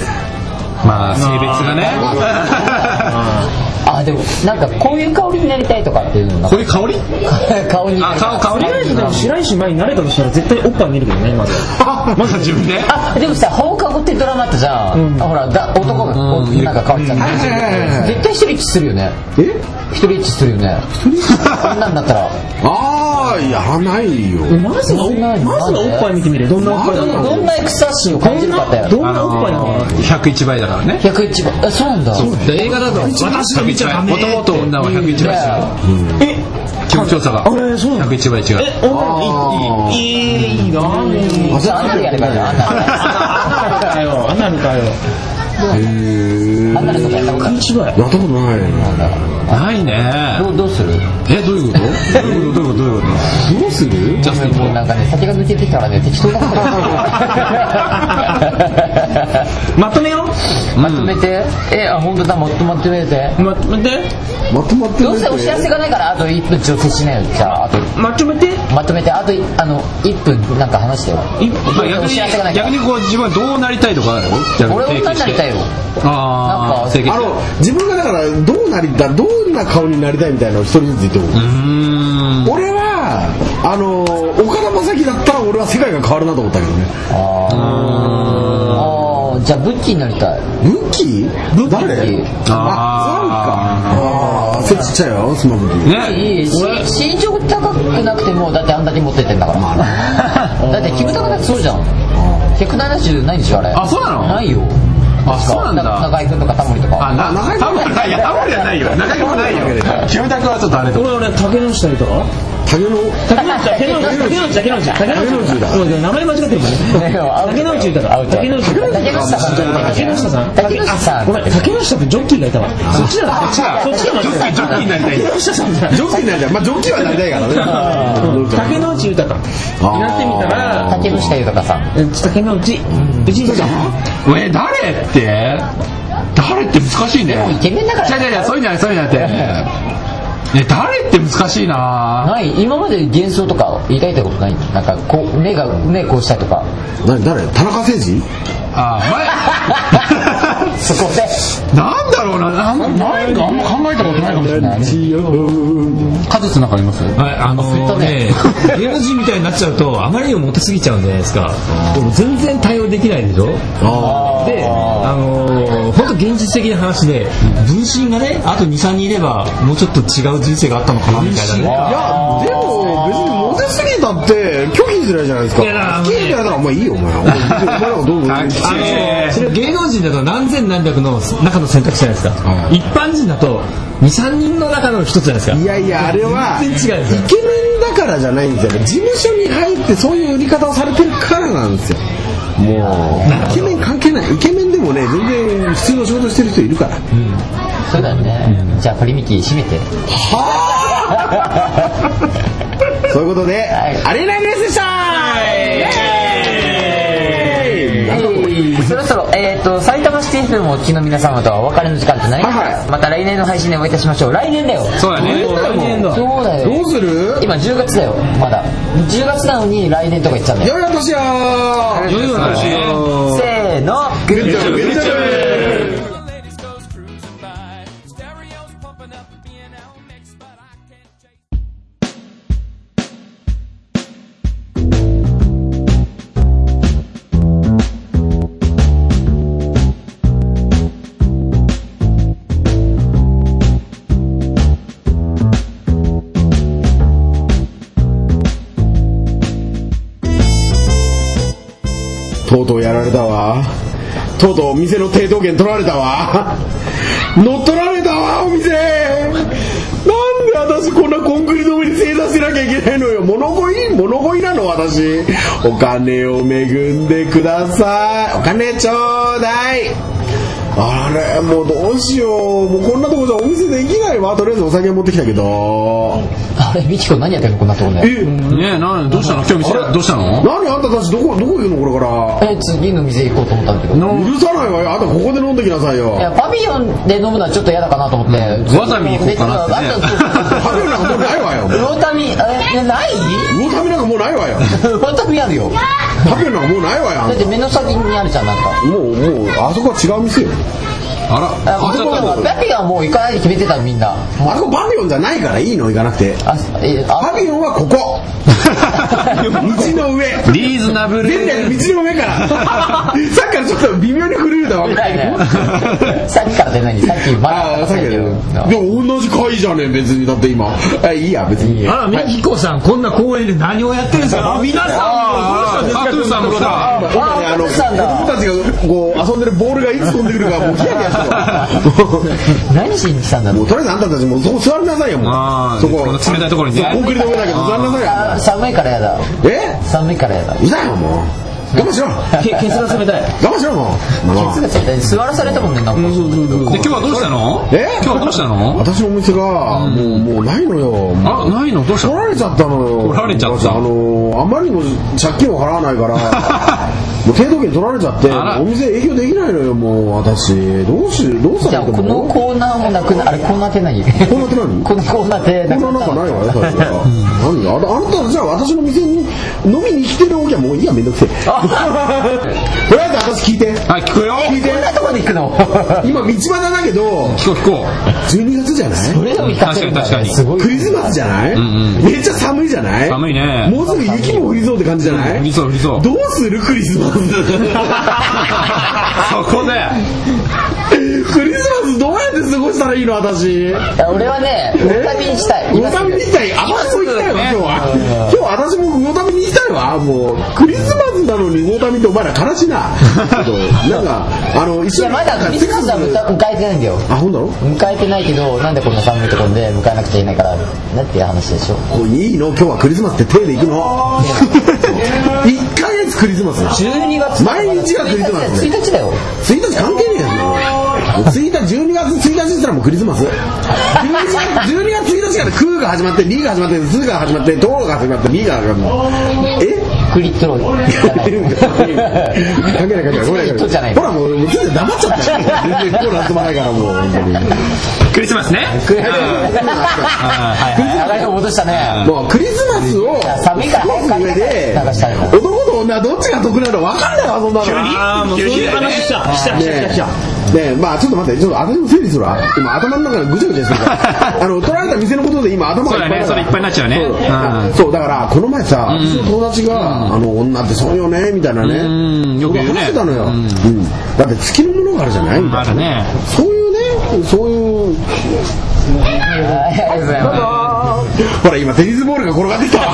まあ性別がね。
あでもなんかこういう香りになりたいとかっていうのが
こういう香り
顔に
あ、顔、香り
とりあえずでも白石前に慣れたとしたら絶対おっぱい見るけどねまず
まず自分で。
あでもさ放課後ってドラマあったじゃん、ほらだ男がこうなんか変わっちゃって、絶対一人一致するよねえ一人一致するよねこんなんだったら
あー、やらないよ。
まずはお
ない
まずはおっぱい見てみれどんなおっぱいだった
どんなエクサシーを感じるかだよ
どんなおっぱいなの
101倍だからね。
101番あそうなんだ
映画だと、私が見ちゃ男と女は101倍違う。気持ちよさが101倍違う。
え女の子いいいいいいな
じゃああんなでやればいいじゃんあんな
あなたかよあなたかよ
あんなでとかやった方が
一番
やったことないな。
ないね。
どうどうする
え、どういうことどういうことどういうことどういうことどうするジャスティン
もうなんかね先が抜けてきたからね適当なことやる
まとめよ
まとめてえあ本当だもっとまとめて
うまとめて
まとまって
どうせお知らせがないからあと1分調整しないよじゃああと
まとめて
まとめてあとあの1分なんか話してよ
まあ逆
お知らせがな
に、
いか
逆
ら
にこう自分はどうなりたいとかある逆
俺女
提
に
起し
なりたい
て。
よなん
あ
か
あ、整形
あ
して。
の、自分がだから、どうなりたい、どんな顔になりたいみたいなのを一人ずつ言っても
うーん。
俺は、あの、岡田将生だったら俺は世界が変わるなと思ったけどね。
ああじゃあブッキーになりたい
武器誰あ、
あ
あー、それちっちゃいよ、スマホに。
ね。
いいし身長高くなくてもだってあんだけ持ってってんだから、だってキムタクだってそうじゃん170ないんでしょあれ
あそうなの
ないよ
あ、そうなん
な
だ。
中居君とかタモリと
あ、
か
な、タモリはいや、タモリはないよ。中居もないよ。キムタクはちょっとあれと。
俺俺竹野内だりとか
竹の、
竹野内竹野内竹野内竹野内竹野内だもう名前間違ってるからね竹野内豊か竹野内豊か
竹下さんとか
竹
竹下
下さん
さん
あごめん竹下ってジョッキーがいたわそっちだそっちだそっちが間違えた
ジョッキーになりたい
竹下さんじゃ
ジョッキーになりたい。まあ、ジョッキーはなりたいからね。
ん竹野内豊かになってみたら
竹下豊さん
え竹野内うちにじゃ
え、誰って誰って難しいね。
イケメンだか
違
ら
う違う違う、そういうんじゃない、そういうんじゃなくて。え、誰って難しいな
ない今まで幻想とか抱いたことないなんかこう目が目こうしたいとか
何誰 田中誠二
あ、
そこで
前、なんだろうな、なん前かあんま考えたことないかもしれない。果実なんかあります
はい、あのーね、芸能人みたいになっちゃうと、あまりにもモテすぎちゃうんじゃないですか。でも全然対応できないでしょで、あのー、本当現実的な話で、分身がね、あと2、3人いれば、もうちょっと違う人生があったのかなみたいなね。
いや、でも別にモテすぎたって拒否すりゃいいじゃないですか。
いやだから
好き嫌いだから、お前いいよ、お前。お前お前らはどう思う
あのねそれは芸能人だと何千何百の中の選択肢じゃないですか。一般人だと、2、3人の中の一つじゃないですか。
いやいや、あれは、
全然違うんですよ
イケメンだからじゃないんですよね。事務所に入ってそういう売り方をされてるからなんですよ。もう、イケメン関係ない。イケメンでもね、全然普通の仕事してる人いるから。
そうだよねじゃあ堀ミキ締めて
そういうことで、あれないですでした
そろそろ、えー、と埼玉市 FM をお聞きの皆様とはお別れの時間となります、
はいは
また来年の配信でお会いいたしましょう来年だよ
そうだね。
そうだ
ど
よ
うする
今10月だよまだ10月なのに来年とか言っちゃうんだよ
良いお年を
余裕あるし
せーのグッジョブグッジョブ
All the ladies goes cruising by. Stereo's pumping up the B&L mix, but I can't chase.
とうとうやられたわとうとう店の抵当権取られたわ乗っ取られたわお店なんで私こんなコンクリの上に正座しなきゃいけないのよ物乞い物乞いなの私お金を恵んでくださいお金ちょうだいあれもうどうしようもうこんなとこじゃお店できないわとりあえずお酒持ってきたけど
あれミキコ何やってんのこんなとこで
ねえ、なんどうしたの今日店、どうしたの
何あんたたちどこどこ行くのこれか
え次の店行こうと思ったんだけどい
ら許さないわよあんたここで飲んできなさいよ
やパビリオンで飲むのはちょっと嫌だかなと思って
わさび行こうかな ってね
わさ
食べるなんかもうないわよ
び魚民えない
魚旅なんかもうないわよ
魚民あるよ
食べるなんかもうないわよあ
だっ
ん
て目の先にあるじゃんなんか
たもうもうあそこは違う店よ
あら変わっちゃった
もバビオンはもう行かないで決めてたのみんな
あそこバビオンじゃないからいいの行かなくて
あえあ
パビオンはここ道の上
リーズナブル
全然道の上からさっきからちょっと微妙に震えたわけ
ないねさっきから出ないんでさっきま
ああ
だ
さっきだよでも同じ回じゃねえ別にだって今あいいや別に
あら、みきこさん、こんな公園で何をやってるんですか皆さん、どうしたんですか
あトゥーさんもさ
俺はねあの
奥さん
子
だ
供たちがこう遊んでるボールがいつ飛んでくるかもうヒヤヒヤしてるわ
何しに来たんだろ
も
う
うとりあえずあんたたちもうそこ座りなさいよも
あ
う
ー
そこ
こんな冷たいところにね
そうコンクリート上だけど座りなさいよあ
あ寒いからやだ
んたえ
寒いからやだ
うざいよもう我慢しろ我
けケツが冷たい
慢しろも
す
う
ぐ絶対座らされたもんねなんか
で今日はどうしたの
え
今日はどうしたの
私のお店がもうもうないのよもう
あないのどうした
取
の
られちゃったのよ
取られちゃった
あのあまりにも借金を払わない からもう抵当権取られちゃって
あら
お店営業できないのよもう私どうしどうし
じ
た
ゃあ
らいい
ことの
思う
コーナーもなくなあれコーナーって何
こんなって何
このコーナーって
こんな
く
なんか
の
ないわよ、最初は。何あなあなた、じゃあ私の店に飲みに来てるおきはもういいや、めん どくせえ。とりあえず私聞いて。
はい聞くよ
聞いて
こん。なとこに行くの
今、道端だけど、
聞こう聞こ
12月じゃない
俺でも行かせるんだ
確かに
す
確かに
ごい
クリスマスじゃない
んうん
めっちゃ寒いじゃな
う
い
寒いね
もうすぐ雪も降りそうって感じじゃな
降
い
りそう降りそう
どうするクリスマス
そこで
クリスマスどうやって過ごしたらいいの私
いや俺はね大旅にしたい
魚旅に行きたい私も行きたいわ今日は今日私も魚旅に行きたいわもうクリスマスなのに魚旅ってお前ら悲しい なあとなんかあの一
い
緒
や
に
まだクリスマスは迎えてないんだよ
あほんだろ
迎えてないけどなんでこんな寒いところで迎えなくちゃいけないからなっていう話でしょ
こういいの今日はクリスマスって手で行く の1ヶ月クリスマスだ
12月
毎日がクリスマスね
1日だよ
1日関係ねえやん1日12月1日したらもうクリスマス12月12月1日からクーが始まってリーが始まってスーが始まってトーが始まってリーが始まってえ
クリット ロ
関係ない関係ないごめん
ちょっとじゃない
ほらもう全然黙っちゃ ったよ全然こうなんともないからもう本当に
クリスマスね
流れを戻したね
もうクリスマスを
寒いから早く帰
上
りたい
で
流したいから
男と女はどっちが得なの分かんないわそんなの
あーもうそういう話した
ねえねえまあちょっと待ってちょっと私も整理するわ今頭の中でぐちゃぐちゃしてるから あの取られた店のことで今頭
そう
がい
だ
っぱい
ね
だ
そ
か
れい
ら
っぱいになっちゃうねうん
そうだからこの前さ、うちの友達が、あの女ってそうよねみたいなね、
うんよく言うね
話してたのよ、
う
うんんだって月のものがあるじゃないみた
あ
い
る
な、
ね
そういうねそういうほら今テニスボールが転がってきたわ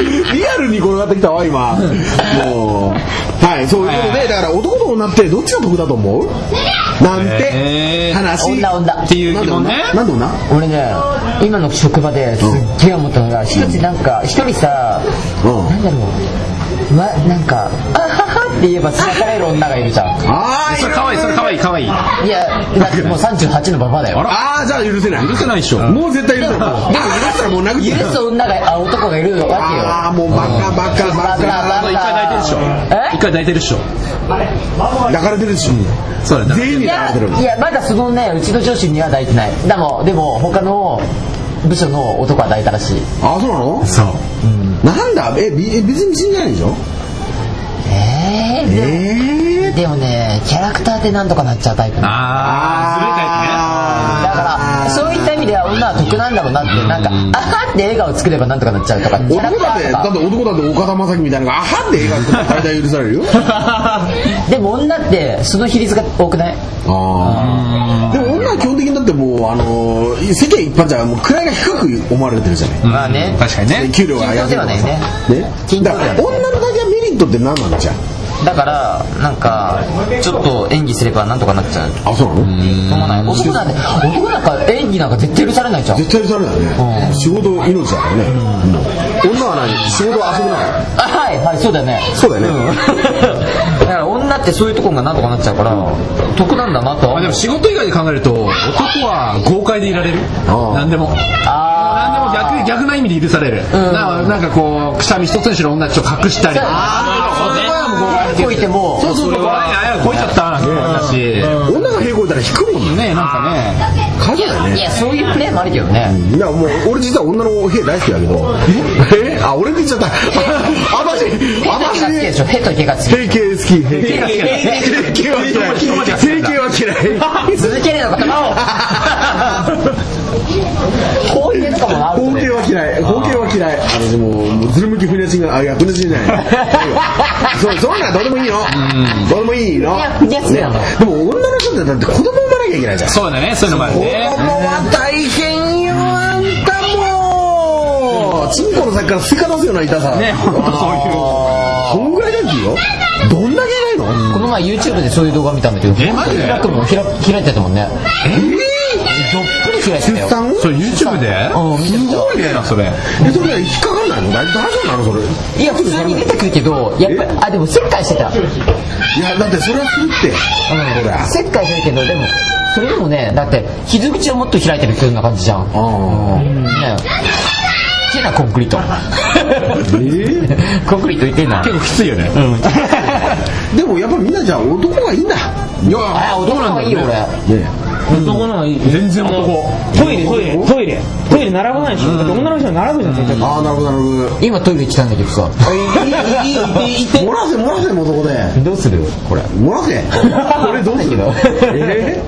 リアルに転がってきたわ今もうはいそういうことでだから男と女ってどっちが得だと思うなんて
えー
話
女女
っていう疑問ね
なんで女なんで
俺ね今の職場ですっげえ思ったのが一つなんか一人さ
女うん
なんだろうまなんか「あはは」って言えばすらかれる女がいるじゃん
あ
それ可愛いそれ可愛い可愛いあ
いやだってもう38のババだよ
ら
あーじゃあ許せない
許せないっしょ
もう絶対許せ ないもうあ許したらもう殴って
許
やる
す女があ男がいるわけよ
ああもうバカバカバ
バ
カ
カ
一回抱いてるっしょ
え
一回抱いてるっしょ
抱かれてるでしょ
そうだね
全員
い
に抱かれてる
やいやまだそのねうちの上司には抱いてないでもでも他の部署の男は抱いたらしい
ああそうなの
そう
なんだえびえ別に死んでないでしょ
えー、で
ええ
でもねキャラクターってなんとかなっちゃうタイプだ
ああ
からそういった意味では女は得なんだろうなってなんか「あは」って笑顔作ればなんとかなっちゃうとかキャラク
男
タ
だって
ー
だって
と
男だって岡田将生みたいなのがあはって映画作ったら大体許される よ
かでも女ってその比率が多くない
ああでも女は基本的にだってもうあのー世間一般じゃもう位が低く思われてるじゃない
まあね
確かにね
給料が安いとか
均等
さ
では
ね
均等で
だ
は
か
ない
ら女のだけはメリットって何なんじゃん
だからなんかちょっと演技すればなんとかなっちゃう
あそうなの
思わない男なんて男なんか演技なんか絶対許されないじゃん
絶対許されないよね仕事命だからねうん女は何仕事は遊びなの
あはいはいそうだよね
そうだよね
だから女ってそういうとこがなんとかなっちゃうから得なんだなとは
あ
思
で
う
も仕事以外で考えると男は豪快でいられる
ああ
何でも
あ
何でも逆逆な意味で許されるななんかこうくしゃみ一つにしろ女ちょっと隠したり
あこいても
そうそうそ
それ
う
はねあやこいちゃったなんて話ね
女が平行いたら引くもんね
なんかね
火事だよ
いや
ね
そういうプレーもあるけどね
いやもう俺実は女の兵大好きだけどえあ俺って言っちゃ った私
ヘッドが好きで
私
しょヘッドが好き
平系好き平系
平
平
系
系は嫌い
人待ちが好き
平
なんだ
の 刀をこういうのとかもある
包
とね
茎は嫌い包茎は嫌い私もうもうずるむきふにゃちがあいやふにゃち じゃないそうそういうのはどうでもいいのどうでもいいの
いやふにゃちなの
ねでも女の人ってだって子供産まなきゃいけないじゃん
そうだねそういうのもある
子供
ね
は大変よあんたもうチンコの先から吸い方すような痛さね
ほんとそういう
そんぐらいがいいよどんだけ痛いの
この前 YouTube でそういう動画見たんだけど
えマジで
開くもん開開いてたもんねどっぷり開いてたよ
出産
それ YouTube で
うん見てた
すげえなそれ
えそれは引っかかんないの大大丈夫なのそれ
いや普通に出てくるけどやっぱりあでも切開してた
いやだってそれはするってほら
切開してるけどでもそれでもねだって傷口をもっと開いてるような感じじゃんうんね手なコンクリートコンクリートいてんな
結構きついよね
でもやっぱりみんなじゃあ男がいいんだ
いや
あ
どう
男
なん
が
だ
いいよ
ろうね
俺
男の方がいい
全然男
トイレトイレトイレトイレ並ばないでしょだって女の人は並ぶじゃん絶対
ああなるほどなるほど
今トイレ来たんだけどさ
漏らせ漏らせもうそこで
どうするこれ
漏らせこれどうするのえ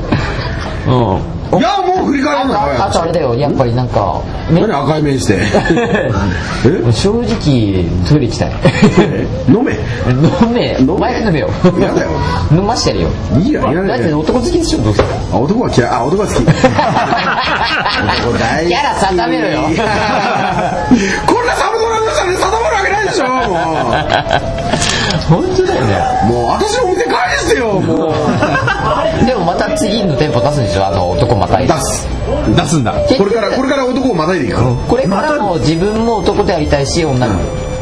ーいやもう振り返らない
あとあれだよやっぱりなんかね
何赤い面して
正直トイレ行きたい
飲め
飲め
飲め
お前が飲めよ
嫌だよ
飲ましてやるよ
いいやいら
だ
な
っ
い
て
よ
男好きでしょどうせ
あ男は嫌いあ男は好き男大好き
キャラ定めろよ
こんなサブドラの人に定まるわけないでしょも
本当だよね
うもう私のお店返してよもう
でもまた次の店舗出すんでしょあの男またい
出す
出すんだ
これからこれから男をまたいでいくから
これからも自分も男でありたいし女の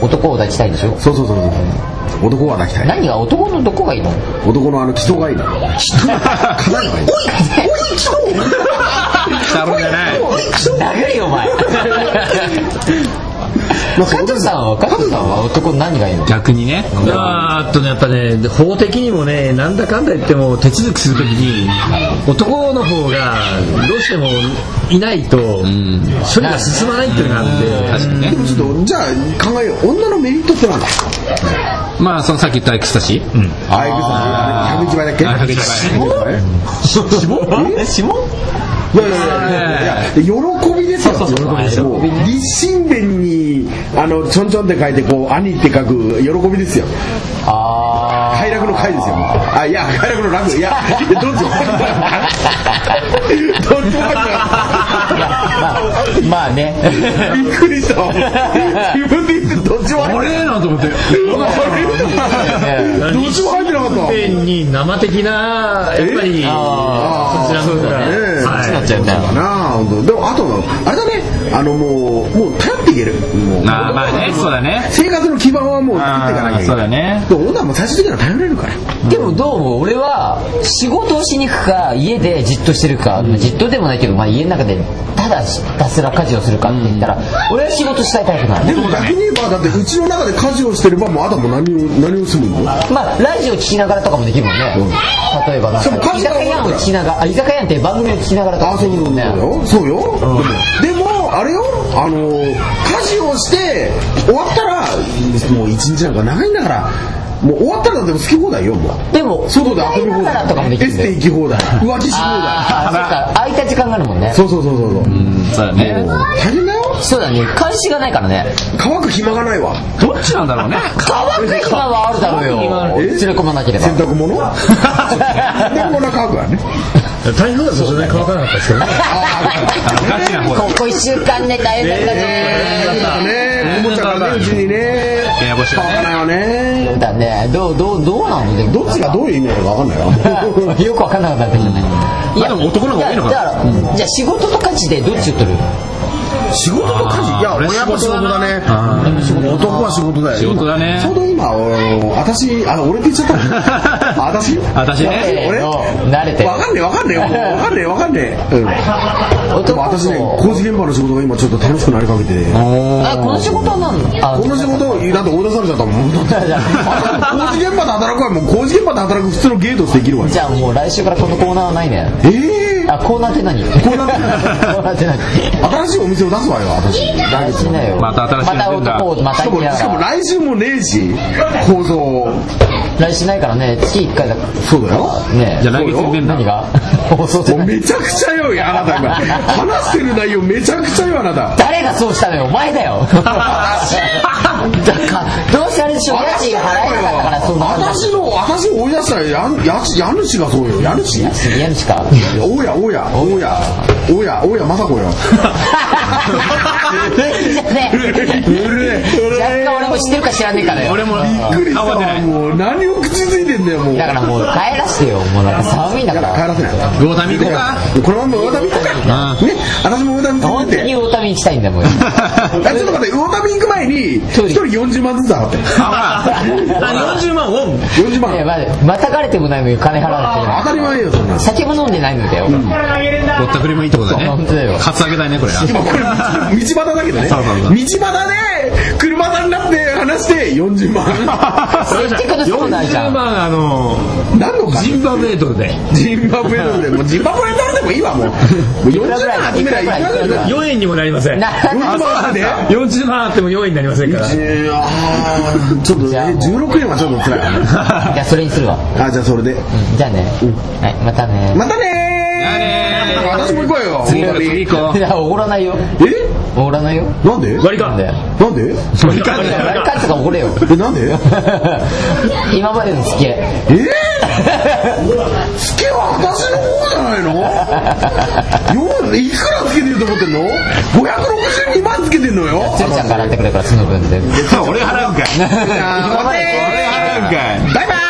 男を抱きたいんで しょ
そうそうそうそう男は抱きたい
何が男のどこがいいの
男のあの基礎がいいな基礎 刀がいい
下ろじゃない
殴れよお前
まあ
カズさんはカズさんは男何がいいの
逆にね
あーっとねやっぱね法的にもねなんだかんだ言っても手続きするときに男の方がどうしてもいないと処理が進まないっていうのがあって
確かにね
でもちょっとじゃあ考えよう女のメリットってなんだ
まあそのさっき言ったエクスタシー
あいくさん101倍だっけ
あ101
倍指紋いやいやいやいやいや喜びですよ喜びですよもう立身弁にあのちょんちょんって書いてこう兄って書く喜びですよ
あ
快楽の快ですよもうあいや快楽の楽いやいやどっちもどっちも
ーいやまあまあね
びっくりした自分で言ってどっちも入
あ
って
れなんて思って
ないどっちも入ってなかった
変に生的なやっぱり
あー
そちらの方が
そうだね
はい
そっちになっちゃうね
だな本当でもあとあれだねあのもうもう頼っていけるもう
なあまあねそうだね
生活の基盤はもう作っていかなきゃいけない
そうだね
でも女はもう最終的には頼れるから
でもどうも俺は仕事をしに行くか家でじっとしてるか、じっとでもないけど、まあ、家の中でただひたすら家事をするかって言ったら、俺は仕事したいタイプな
で
の
も逆に言えばだってうちの中で家事をしてればもうあとはもう何を何をするの
まあラジオ聞きながらとかもできるもんね、例えばなん
しかも
か居
家事が
酒
終わ
屋
った
を
ら
聞きながらあ居酒屋って番組を聞きながらとか
あ
も
そ
で
う
きる
そ
もん
う
ね
よそうよ、でもあれよあの家事をして終わったらもう一日なんか長いんだからもう終わったらだってもう好き放題よもう
でも
外で遊び放
歌いながらとかも
題
で
エ
き
ス
るんだよ
テ行き放題浮気し放題
ああそうか空いた時間があるもんね
そうそうそうそうそう
そうだ
大
ね
変だよ
そうだね監視がないからね
乾く暇がないわ
どっちなんだろうね
乾く暇はあるだろうよ連れ込まなければ
洗濯物 洗濯物は乾くわね
台風だとそれで乾かなかったですけどね
ガチな方だ
ここ1週間ね大変だね
ねこもちゃんがねうちにね
部屋干しがね
乾かないわね
だねどうどうどうなのでも
どっちがどういう意味なのか分かんない わ
よくわかんなかったけどねい
まあでも男の方がいいのか
だからだからじゃあ仕事と家事でどっちを取る
仕事と家事いや俺やっぱ仕事だね男は仕事だよ
仕事だね
今ちょうど今俺私あ俺って言っちゃった あ私
私
せ
ね
ー
俺
の慣れ て
分かんねえ分かんねえもう分かんねえ分かんねえうんで
男
も私ね
と
工事現場の仕事が今ちょっと楽しくなりかけて
あこの仕事は何あ
この仕事だって追い出されちゃったもん
じゃ
あ
あ
工事現場で働くわもう工事現場で働く普通のゲートしてできるわよ
じゃあもう来週からこのコーナーはないね
ええ
あコーナーって何コー
ナーって何
コーナーって何
新しいお店を出すわよ私
大事だよ
また新しいの出るんだ
また男をま
したかも
嫌
しかも
だ
来週もねえし放送
来週ないからね月1回だから
そうだよ
ね
じゃあ来月宣伝だ
何が放送じゃ
もう
ない
めちゃくちゃよいあなた今話してる内容めちゃくちゃよあなた
誰がそうしたのよお前だよだからどうせあれでしょ家賃が払えなかったからそうなったんだ
私の私を追い出したらやや家主がそうよ家主
家主か
大家大家大家大家大家雅子よ
じゃ ね
うるえ
若干俺も知ってるか知らねえからよ
俺も
びっくりしたわもう何を口ついてんだよもう
だからもう帰らしてよもう なんか寒いんだ
だ
か
から帰
ら
らせない
魚民行こうか
このまま魚民行こうかね私も魚民行こう
本
っ
当に
て
大旅行きたい んだもん
あちょっと待って魚民行く前に一人40万ずつ払って
あ40万ウォン
40
いや
万
まだまたがれてもないのに金払わなきゃいけない
当たり前よそんな
酒も飲んでないのだよ、
ぼったくりもいいってことだね
そう本当だよ
カツアゲだねこれ
今これ道道端だけどね道
そうそう
端
そう
で車さんになって話して40万
接客のそうなんじゃ
40
ん
万あの
何のか
ジンバブエドルで
ジンバブエドルでもうジンバブエドルでもいいわもうもう40
らぐらい
万集めない
い
い
く
く
らぐらい
らぐらい
4円にもなりません
ならない
40万で
40万あっても4円になりませんから
えーあーちょっとね
じゃあもう
16円はちょっと辛いわね
じゃあそれにするわ、
あじゃあそれで
うんじゃあね、はいまたね、
またねー私も行こうよ
次行こう次行こう
いやおごらないよ
え
おごらないよ
なんで
割り
な
勘
んだよ
なんで
割り勘
い
だ
や
よ
割り勘とかおごれよ
えなんで
今までの付き合い
えー、つけは私の方じゃないのよいくらつけてると思ってんの ?562 万つけてんのよ
つるちゃんが払ってくれるからその分全部
俺払うんかい
今まで
俺払うんかい
バイバイ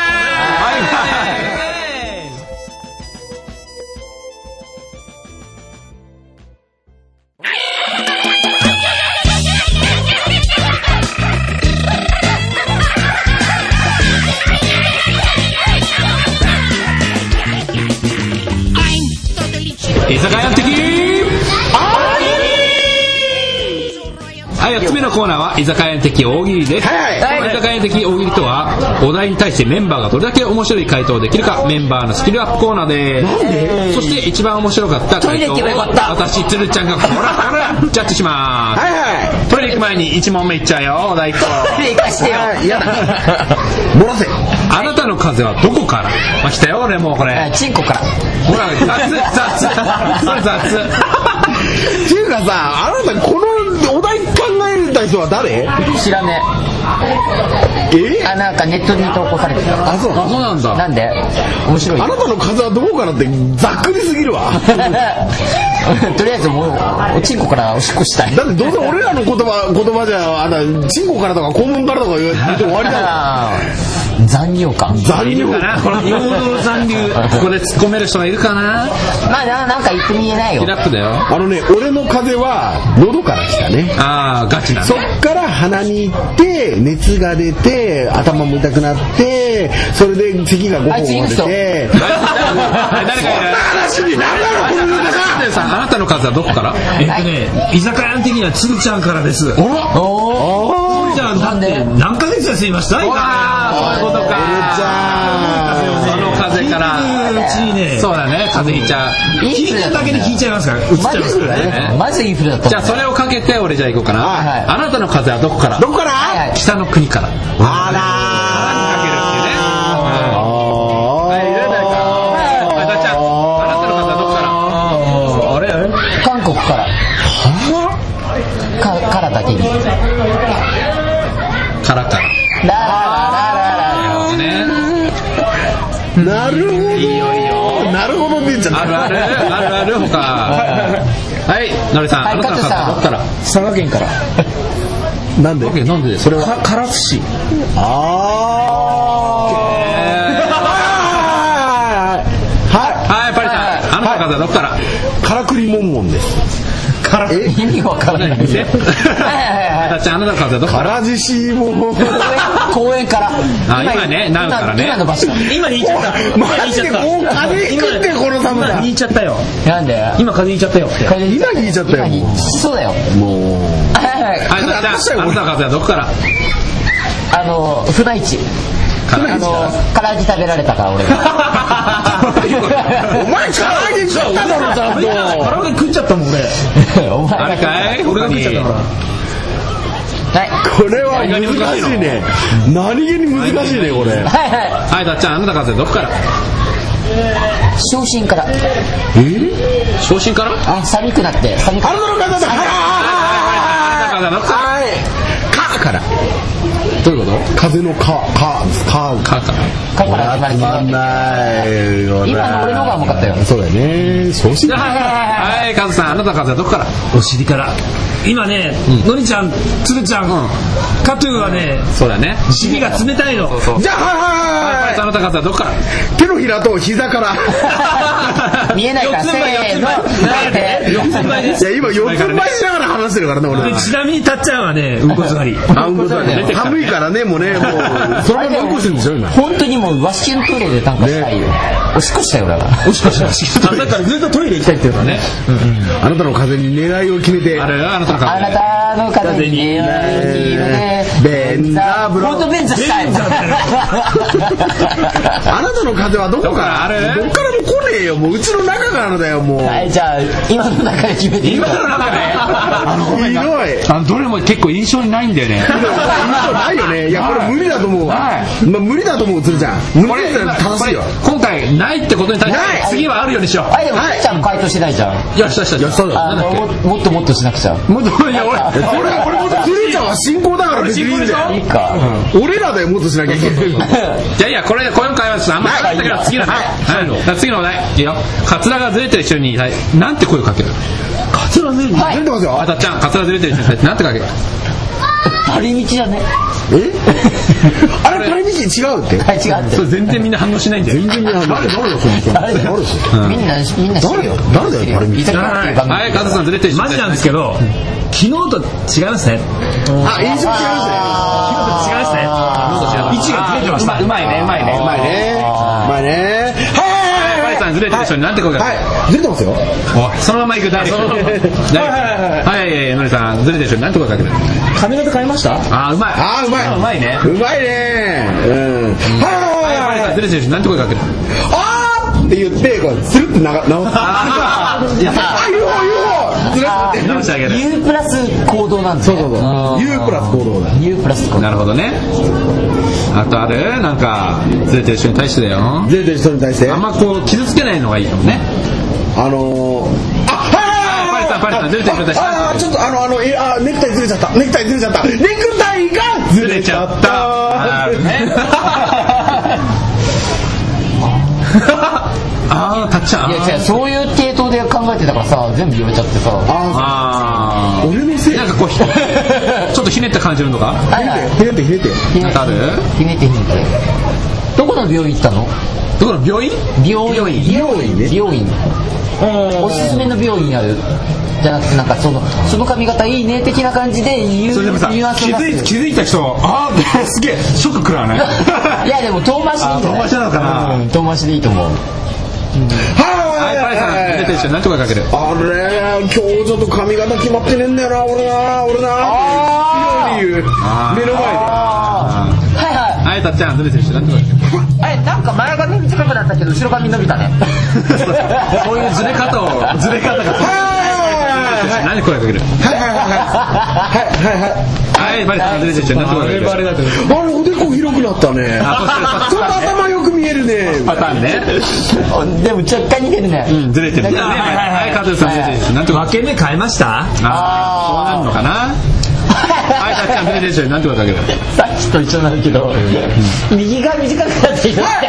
居酒屋的はい、4つ目のコーナーは居酒屋的大喜利です。この居酒屋的大喜利とは、お題に対してメンバーがどれだけ面白い回答をできるか、メンバーのスキルアップコーナーです。そして一番面白かった回答を、私、つるちゃんが、ほらほら、ジャッジします。
はいは
トイレ行く前に1問目いっちゃうよ、お題1個。
生かしてよ
いやだ漏らせ
あなたの風はどこからまあ、来たよ、俺もうこ
あ
れ。
チンコから
ほら、雑、雑、それ雑。
っていうかさあなたこのお題考えた人は誰
知らねえ
え
あなんかネットに投稿されてた
あそう
あ、そうなんだ。
なんで面白い
あなたの数はどこからってざっくりすぎるわ
とりあえずもうおチンコからおしっこしたい
だってどうせ俺らの言葉言葉じゃあなたチンコからとか肛門からとか言って終わりだよ
あー残尿感
残
い
業
るかなこの硫黄の残留ここで突っ込める人がいるかな
まあななんか言ってみえないよ
キラップだよ
あのね俺の風邪は喉から来たね
ああガチな
そ
ね
っから鼻に行って熱が出て頭も痛くなってそれで咳が5
あいつい
本
る
出
人
て
はい誰かいる
話になんだろこのネタ
あなたさんあなたの数はどこから
えっとね居酒屋の的にはつるちゃんからですつる
おー
ちゃんだって何ヶ月休みました今
ああそういうことか
じゃあ
その風から
うちにね
そうだね風邪ひいちゃう
聞いただけで聞いちゃいますから映っち
マ
ゃいます
ジ
からね
マジインフルだった
じゃあそれをかけて俺じゃあ行こうか
はいはい
なあなたの風邪はどこから
どこから
はいはい
北の国から
あらー
ああダチャンあなたの風邪はどこ
あ
から
あれあれ
韓国からかからだけにラララ
からから
ラララ
ね
なるほどなるほどって言っちゃった
あるあるあるある他はいのりさん
はい
あなたの風邪はどこから
佐賀県から
なんで
オッケーなんでそれは
か唐津市
あーは
はい、パリさん、あなたの方どこから。
いからくりもんもんです
意味わからない
ね。
はいはい
私、あなたの方どこから。
からじしもん
公園から
あ今ね
今
ナウからね
今の場所だ
今にいっちゃった
マジでもう風邪ひくってこの寒さ
今にいっちゃったよ
なんで
今風邪ひいちゃったよって
今
今聞いちゃったよ
今そうだよ
もう
はいはい
はい、のりさん、あなたの方どこから。
あの船市
から
あの唐揚げ食べられた から俺
お前から揚げ食っただろちゃんと
唐揚げ食っちゃったもん俺
お前
あれかい、他に。
これは難しいね何気に難しいねこれ
はいは
はい、だっちゃん、あなたからどこから
い昇進から
昇進からあ
寒くなって寒く
あなたの方だ
なたからどっからかから。どういうこ
風のかかですか
とかから。
かから始ま
つまん
る
ないよね
今の俺の方が重かったよ
そうだよねそうしない
はい、カズさん、あなたカズはどこから
お尻から今ね、のりちゃんつるちゃん、カトゥーはね
そうだね。
尻が冷たいの
そうそう。
じゃあはいはい
あ
は
なたカズはどこから
い手のひらと膝から
見えないからせーのなんで
四つん這いで
いや今四つん這いしながら話してるからね俺
でちなみにたっちゃんはねうんこ座り
あうんこ座りね寒いからねもう ねもうそのままうんこしてるんでしょ今
本当にもうワシキュントイレでなんかしたいよおしっこしたよだから
おしこしまし
あなたからずっとトイレ行きたいって言うのね。
あなたの風に狙いを決めて
あれあなたの
あ
カズ。
なたの風に似合うね
ベンザブロ
本当ベンザしたい
あなたの風はどこ
どこから
か
あ
ら
れ
どこからも来ねえよもううちの中からだよもう
はいじゃあ今の中で決めていい
今の中で。
ひどい
あのどれも結構印象にないんだよね。
嘘ないよねいやこれ無理だと思うわ、
は
まあ、無理だと思うつるちゃん無理だと正しいよ
今回ないってことに対して
ない
次はあるようにしよ
あでもちっちゃんも回答してないじゃん
う。よしよしよし。
よしそうだよ
あ
なんだ
の
っ
ももっともっとしなくちゃ
け。もっといや
これこれこそつるちゃんは信仰だから別にいいんだよ
いいか
俺らだよもっとしなきゃいけない
いやいや、これ、今回はちょっとあんまりだけど、次の、はい、はい、次のお題。いいよ。カツラがずれてる人に、はい、なんて声をかける
カツラずれて
はい
ますよ
あたっちゃん、カツラずれてる人に対して、なんてかける
パリ道だね
えあれ谷道違うって
はい違うって
それ全然みんな反応しないんだよ。
全然違う誰誰だその人
誰だよ
誰だ
みんなみんな知るよ
誰だよパリ
い
道
たくなっていう番組
はい、カズさんずれてる人
マ
に
ジ
対
なんで
し
すけど昨日と違いますね
あ印象違いま
昨日と違いますね位置がずれてました
て。うまいね、うまいね。うまい
すねまあねはい
カズさんずれてる人になんて声かける
はいずれてますよ
おいそのまま行く、ダイレクトに。ダイレクトにはい、はい、のりさん、ずれてる人になんて声かける
髪型変えました
あー、うまい。
あーうまいう
まいね。
うまいねうん
はい、
は
は
は
いい
い
は
はいい
ずれてる人になんて声かける
あーって言ってこうスルッとなが直す
あー
いやあ UFO UFO ずれて
直してあげる。
U プラス行動なんだ
そうそうそう U プラス行動だ
U プラス行動
なるほどね。あとあるなんか、ずれてる人に対してだよ。
ずれてる人に対して
あん
あ
まこう、傷つけないのがいいかもね。
のーあはいはいはい
パリさんパリさんずれてる人に対して
ああーちょっとあのあのえあネクタイずれちゃったネクタイずれちゃったネクタイがずれちゃった
あるね。あー、たっちゃん。
いや違うそういう系統で考えてたからさ全部言われちゃってさ
あ
あ
ー俺のせい
ー。なんかこう、ひちょっとひねった感じるのか
はいはい
ひねってひねって
ひ
なん
ね
かある
ひねってひねってどこの病院行ったの
どこの病院
美容院美容院ね美容院おすすめの美容院あるじゃなくてなんかそのその髪型いいね的な感じで言う
それでもさ、気
ニュアンスを
づ
出
い
す
気づいた人、あー、すげえ、ショック食らわない
いやでも遠回しでいいんじゃない
あ遠回しなのかな
うん遠回しでいいと思う
はい、パリさん、ずれてる人になんとかかける。
あれ今日ちょっと髪型決まってねえんだよな俺な俺なっていう目の前で
はいは
はい、たっちゃん、ずれてる人になんとかかける。
い えなんか前髪短くなったけど後ろ髪伸びたね
そういうずれ方を、ずれ方が。何声かけるはい、バレた、ずれてる人になんとかかける。
あれおでこ広くなった ね
あ
ちょっと頭よく見えるね
パターンね。
でも若干似てるね
うん、ずれてる。はい、カズさん、ずれてる人になんとか。
分け目変えました
あー、そうなるのかなはい、たっちゃん、ずれてる人になんとかかける。
さっきと一緒なんだけど右が短くなってきた
はい、バレ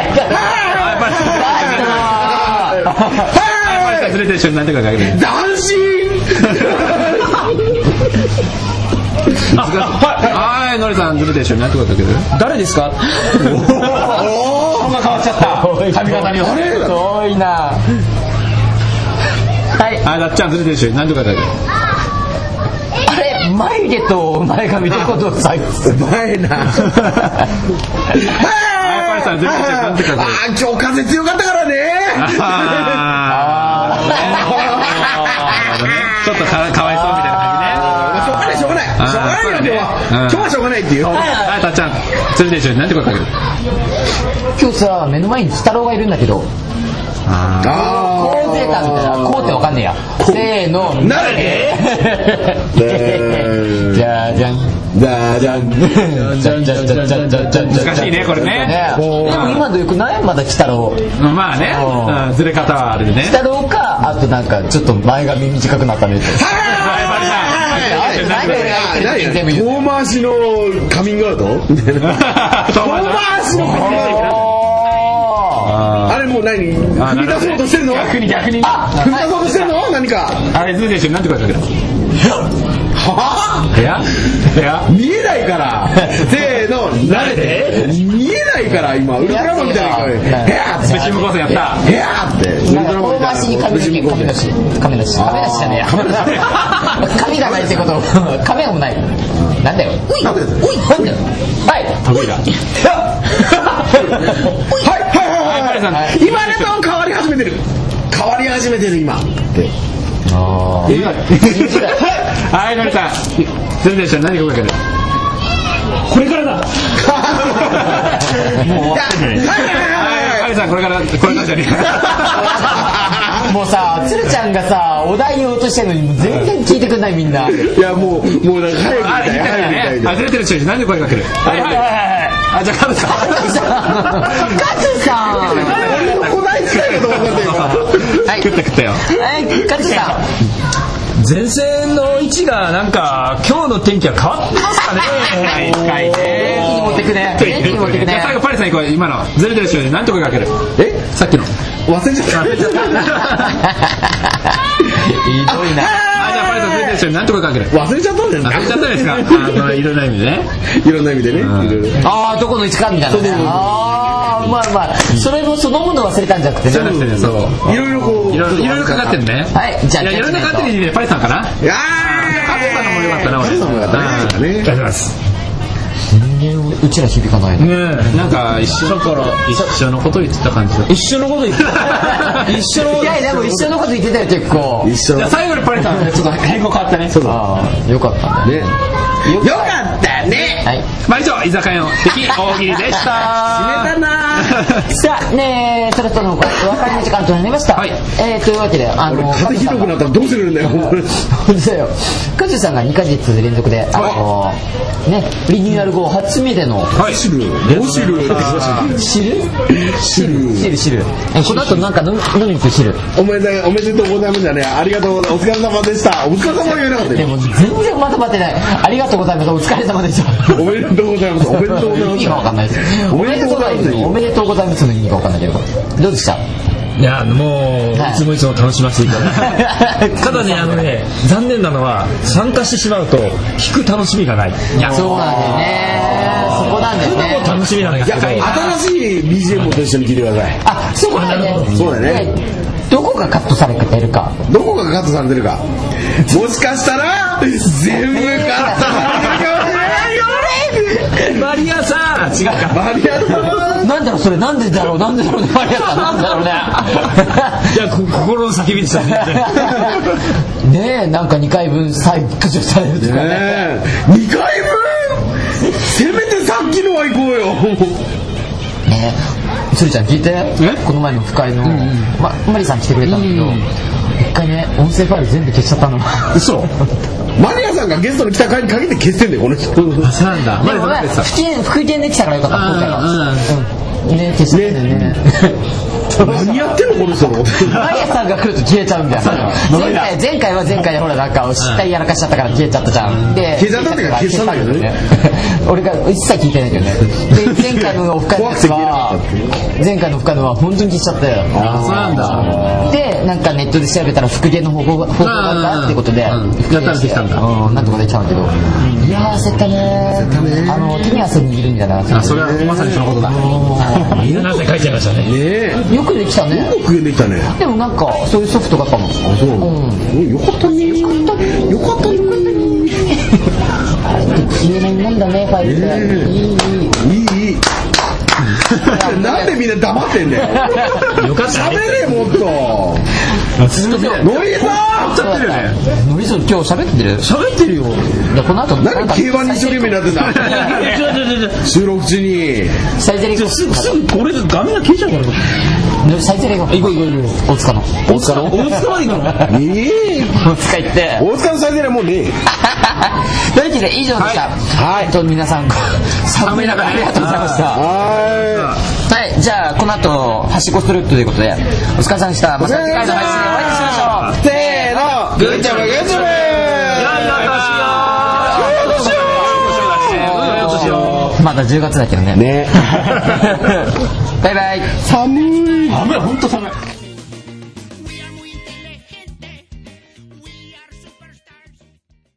あ
た。はい、バレた、ずれてる人になんとかかける。
斬新
はい、のりさん、ずれてる人になんとかかける。
誰ですか
髪型によって遠いな
はい、たっちゃん、ずれてる人になんとかかける。
あれ眉毛と前髪どこと最後
うまいな
はい、バレた、ずれてる人になんとかかける。
あー今日風強かったからね
あーねちょっとかかわいそうみたいな感じね。
しょうがないしょうがないしょうがないよ今日は今日はしょうがないっていう
はい、たっちゃん、連れてる人になんて声かける
今日さ目の前に鬼太郎がいるんだけど
あ
こう出たみたいなこうってわかんねえやせーの
ーなるね
じゃあじゃん
じゃじゃん。
じゃんじゃんじゃんじゃんじゃんじゃんじゃん
難しいねこれね
ねでも今のよくないまだ鬼太郎鬼
まあね、うんずれ方はあれでね
太郎かあとなんかちょっと前髪短くなったのやつ
はいはいはい
全部言う
遠回しのカミングアウトみたいな。遠回しのカミングアウト。あれもう何踏み出そうとしてるの
逆に逆にね
踏み出そうとしてるの何か。
あれズー選手なんて書いてある
は
部屋部屋
見えないから。せーの、慣れて。見えないから今、ウルトラマンみたいな顔で。ヘアーっ
ス
て
ペシウム構成やった
ヘアーって。ウルトラマン
大
みたい
回
な
しに髪だけ髪だし髪だし髪だしじゃねえや髪がないってこと髪もないなんだよおいおいなんだよはい
得意だ
はいはいはいはい
は
はい。今だと変わり始めてる。変わり始めてる 今。って。
はいのりさんズー選手何が書いてある
これからだ
もう終わってんのに
いやはいはいはい
はいのりさんこれからこれからじゃね
もうさ鶴ちゃんがさお題言おうとしてるのにもう全然聞いてくんないみんない
やもう、もうなんか早くみたい
えあ
な、早く
れ
み
ね
たい
あずれてる選手何で声かけるはいはいあじゃあカズさん
カズさん
な。俺の答え近いかと思って
食った食ったよ
えカズさん
前線の位置がなんか今日の天気は変わってますかね
深い深いね
一気に持ってくね一気に持ってく
じゃ
ね
あ最後パリさん行こう今のずれてる人に何とかかけるえさっきの
忘れちゃった。
ひどいな
あじゃあパリさんずれてる人に何とかかける
忘れちゃったんだよ
あ
ね。
れちゃったですかあのいろんな意味でね
いろんな意味でね。いろいろ
ああどこの位置かみたいなねああまあまあそれもそのもの忘れたんじゃなくてね
そう
いろいろこう。
いろいろいろいろかかってるね
はいじゃあ
いやいろんなかかってる意味でパリさんかな
あや
カズさんのも良かったな
カ
俺
ズさんも良かったね
うん大丈夫です
うちら響かないね
なんか一緒の頃一緒のこと言ってた感じだ
一緒のこと言ってた一緒のこと
いやいやでも一緒のこと言ってたよ結構
ー一緒
じゃあ最後にパリさんちょっと変更変わったね
ああよかったね
ね。よかったね。
はい
まあ以上居酒屋の敵大喜利でした
締めたな
さあねえそろそろお別れの時間となりました
はい
えーというわけであ
俺
の
風邪ひどくなったらどうするんだよ。
本当だよカズさんが2ヶ月連続であのねリニューアル後初めての
はい
シル、どうシル。
汁
シル。
汁汁えこの後なんか飲み飲みに行く汁
おめでおめでとうございますじゃねえありがとうございますお疲れ様でしたお疲れ様は言えなかった
で
よ
も全然まとまってないありがとうございますお疲れ様でした
おめでとうございますおめでとうござい
意
ま
味
す
がわかんないですお
お
め
め
で
で
と
とうご
うござ
ざ
い
いますす
まおめでとうございますの意味がわかんないけどどうでした
いやもうい
はい
つもいつも楽しませていただいてただねあのね残念なのは参加してしまうと聞く楽しみがないいや
そうなんだよねそこなんだよね
楽しみなんですけど
新しい BGM と一緒に聴いてください
あそうだね
そうだね
どこがカットされてるか
どこがカットされてるかもしかしたら全部カットされてるかもしれないよ
マリアさん違うか
マリアさん
なんだろうそれなんでだろうなんでだろうねマリアさんなんだろう
いやこ心の叫びでしたね
ねねえなんか2回分再復習されるとかね
ねえ2回分せめてさっきのは行こうよ
ねえ鶴ちゃん聞いてこの前のオフ会の、ま、マリさん来てくれたんだけど、一回ね音声ファイル全部消しちゃったの
嘘
マリアさんがゲストに来た回に限って消してんだよこの人
そうなんだ
でもね、福建、福建できたからよかった、今回は。うん。ね、消してね。ね
何やってんのこの人
マリアさんが来ると消えちゃうみたい な。前回、前回は前回でほら、なんか、失態やらかしちゃったから消えちゃったじゃん。で、
消えちゃったっていうか消したんだけどね
俺が一切聞いてないけどね。で、前回のオフ会のやつは
怖くて消えな、
前回のオフ会のは本当に消しちゃったよ。
あそうなんだ
でなんかネットで調べたら復元の方法が方法があったってことで
うんうん
復元
やったらできたんだ
うんなんとかできたんだけどいやー焦ったねーあの手に汗握るんだな
あそれはまさにそのことだ
みんな汗かいちゃいましたね
ねえ
よくできたね
よくできたね
でもなんかそういうソフトがあったもん
あそうなのよかったねよかったねよかったね
消えないもんだねファイルって、
ええ
いいいい
い いいいなんでみんな黙ってんだよ
よかった
喋れもっとノイさん
喋ってるねノリさん今日喋ってる
喋ってるよ
でこの後
何競馬に一生懸命になってんだ収録中に
サイゼリ
すぐすぐこれ画面が消えちゃうから
ど最低で行こう行こう行こう大塚の
大塚の
大塚まで行くの
ええ
大塚行って
大塚の最低はもうねえ
というわけで以上でしたはい、と皆さん寒い中ありがとうございました
は
はいじゃあこの後はしごするということでお疲れ様でしたまた次回の配信でお会いしましょう
ーいせーのグッジョブグッジョブ
네.
네,
まだ10月だけど ね。
ね
バイバイ。
寒い
雨は本当寒い